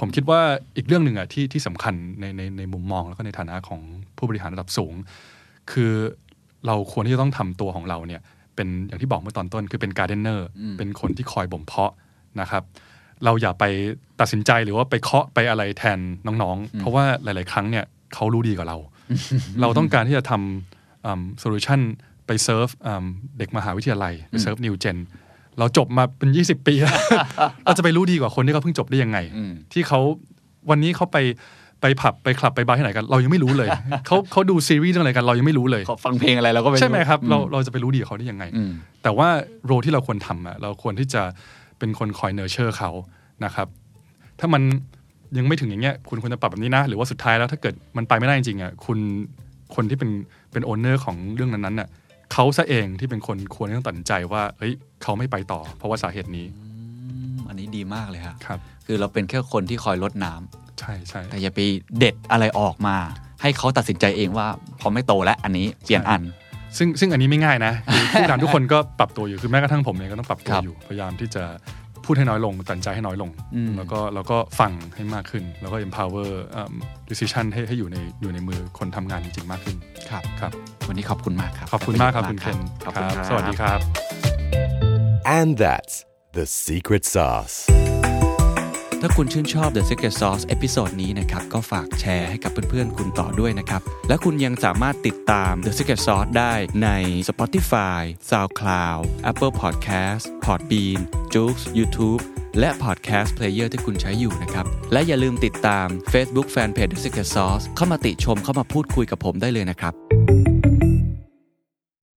Speaker 4: ผมคิดว่าอีกเรื่องหนึ่งอะที่ที่สำคัญในในในมุมมองแล้วก็ในฐานะของผู้บริหารระดับสูง คือเราควรที่จะต้องทำตัวของเราเนี่ยเป็นอย่างที่บอกเมื่อตอนต้น คือเป็นการ์เดนเนอร์เป็นคนที่คอยบ่มเพาะนะครับ เราอย่าไปตัดสินใจหรือว่าไปเคาะไปอะไรแทนน้องๆ เพราะว่าหลาย ๆ ครั้งเนี่ยเขารู้ดีกว่า เรา เราต้องการที่จะทำโซลูชันไปเซิร์ฟอืมเด็กมหาวิทยาลัยไปเซิร์ฟนิวเจนเราจบมาเป็น 20 ปี แล้วเราจะไปรู้ดีกว่าคนที่เขาเพิ่งจบได้ยังไง ที่เขาวันนี้เขาไปไปผับไปคลับไปบาร์ที่ไหนกัน เรายังไม่รู้เลย เขาเขาดูซีรีส์เรื่องอะไรกัน เรายังไม่รู้เลย
Speaker 3: เขาฟังเพลงอะไรเราก็ไม่
Speaker 4: ใช่ไหมครับ เราเราจะไปรู้ดีกับเขาได้ยังไง
Speaker 3: อืม
Speaker 4: แต่ว่าโรที่เราควรทำอะเราควรที่จะเป็นคนคอยเนอร์เชอร์เขานะครับ ถ้ามันยังไม่ถึงอย่างเงี้ยคุณควรจะปรับแบบนี้นะ หรือว่าสุดท้ายแล้วถ้าเกิดมันไปไม่ได้จริงๆอะคุณคนที่เป็นเป็นโอนเนอร์ของเรื่องนั้นๆน่ะเขาซะเองที่เป็นคนควรที่ต้องตัดสินใจว่าเฮ้ยเขาไม่ไปต่อ เพราะว่าสาเหตุนี้
Speaker 3: อืมอันนี้ดีมากเลยครับ
Speaker 4: ครับ
Speaker 3: คือเราเป็นแค่คนที่คอยลดน้ำ
Speaker 4: ใช่ใช่
Speaker 3: แต่อย่าไปเด็ดอะไรออกมา ให้เขาตัดสินใจเองว่า พอไม่โตแล้วอันนี้เปลี่ยนอัน
Speaker 4: ซึ่งซึ่งอันนี้ไม่ง่าย นะคือผู้นำทุกคนก็ปรับตัวอยู่คือแม้กระทั่งผมเองก็ต้องปรับตั
Speaker 3: คว รับ
Speaker 4: อยู่พยายามที่จะพูดให้น้อยลงตัดสินใจให้น้อยลง
Speaker 3: อืม
Speaker 4: แล้วก็แล้วก็ฟังให้มากขึ้น แล้วก็ empower อืม decision ให้ให้อยู่ในอยู่ในมือคนทำงานจริงๆมากขึ้น
Speaker 3: ครับ
Speaker 4: ครับ
Speaker 3: วันนี้ขอบคุณมากครับ
Speaker 4: ขอบคุณมากครับคุณเคน
Speaker 3: ขอบคุณครับ
Speaker 4: สวัสดีครับ
Speaker 1: And that's the secret sauce.
Speaker 3: ถ้าคุณชื่นชอบ The Secret Sauce เอพิโซดนี้นะครับ ก็ฝากแชร์ให้กับเพื่อนๆ คุณต่อด้วยนะครับ และคุณยังสามารถติดตาม The Secret Sauce ได้ใน Spotify, SoundCloud, Apple Podcast, Podbean, j o o x YouTube และ Podcast Player ที่คุณใช้อยู่นะครับ และอย่าลืมติดตาม Facebook Fanpage The Secret Sauce เข้ามาติชมเข้ามาพูดคุยกับผมได้เลยนะครับ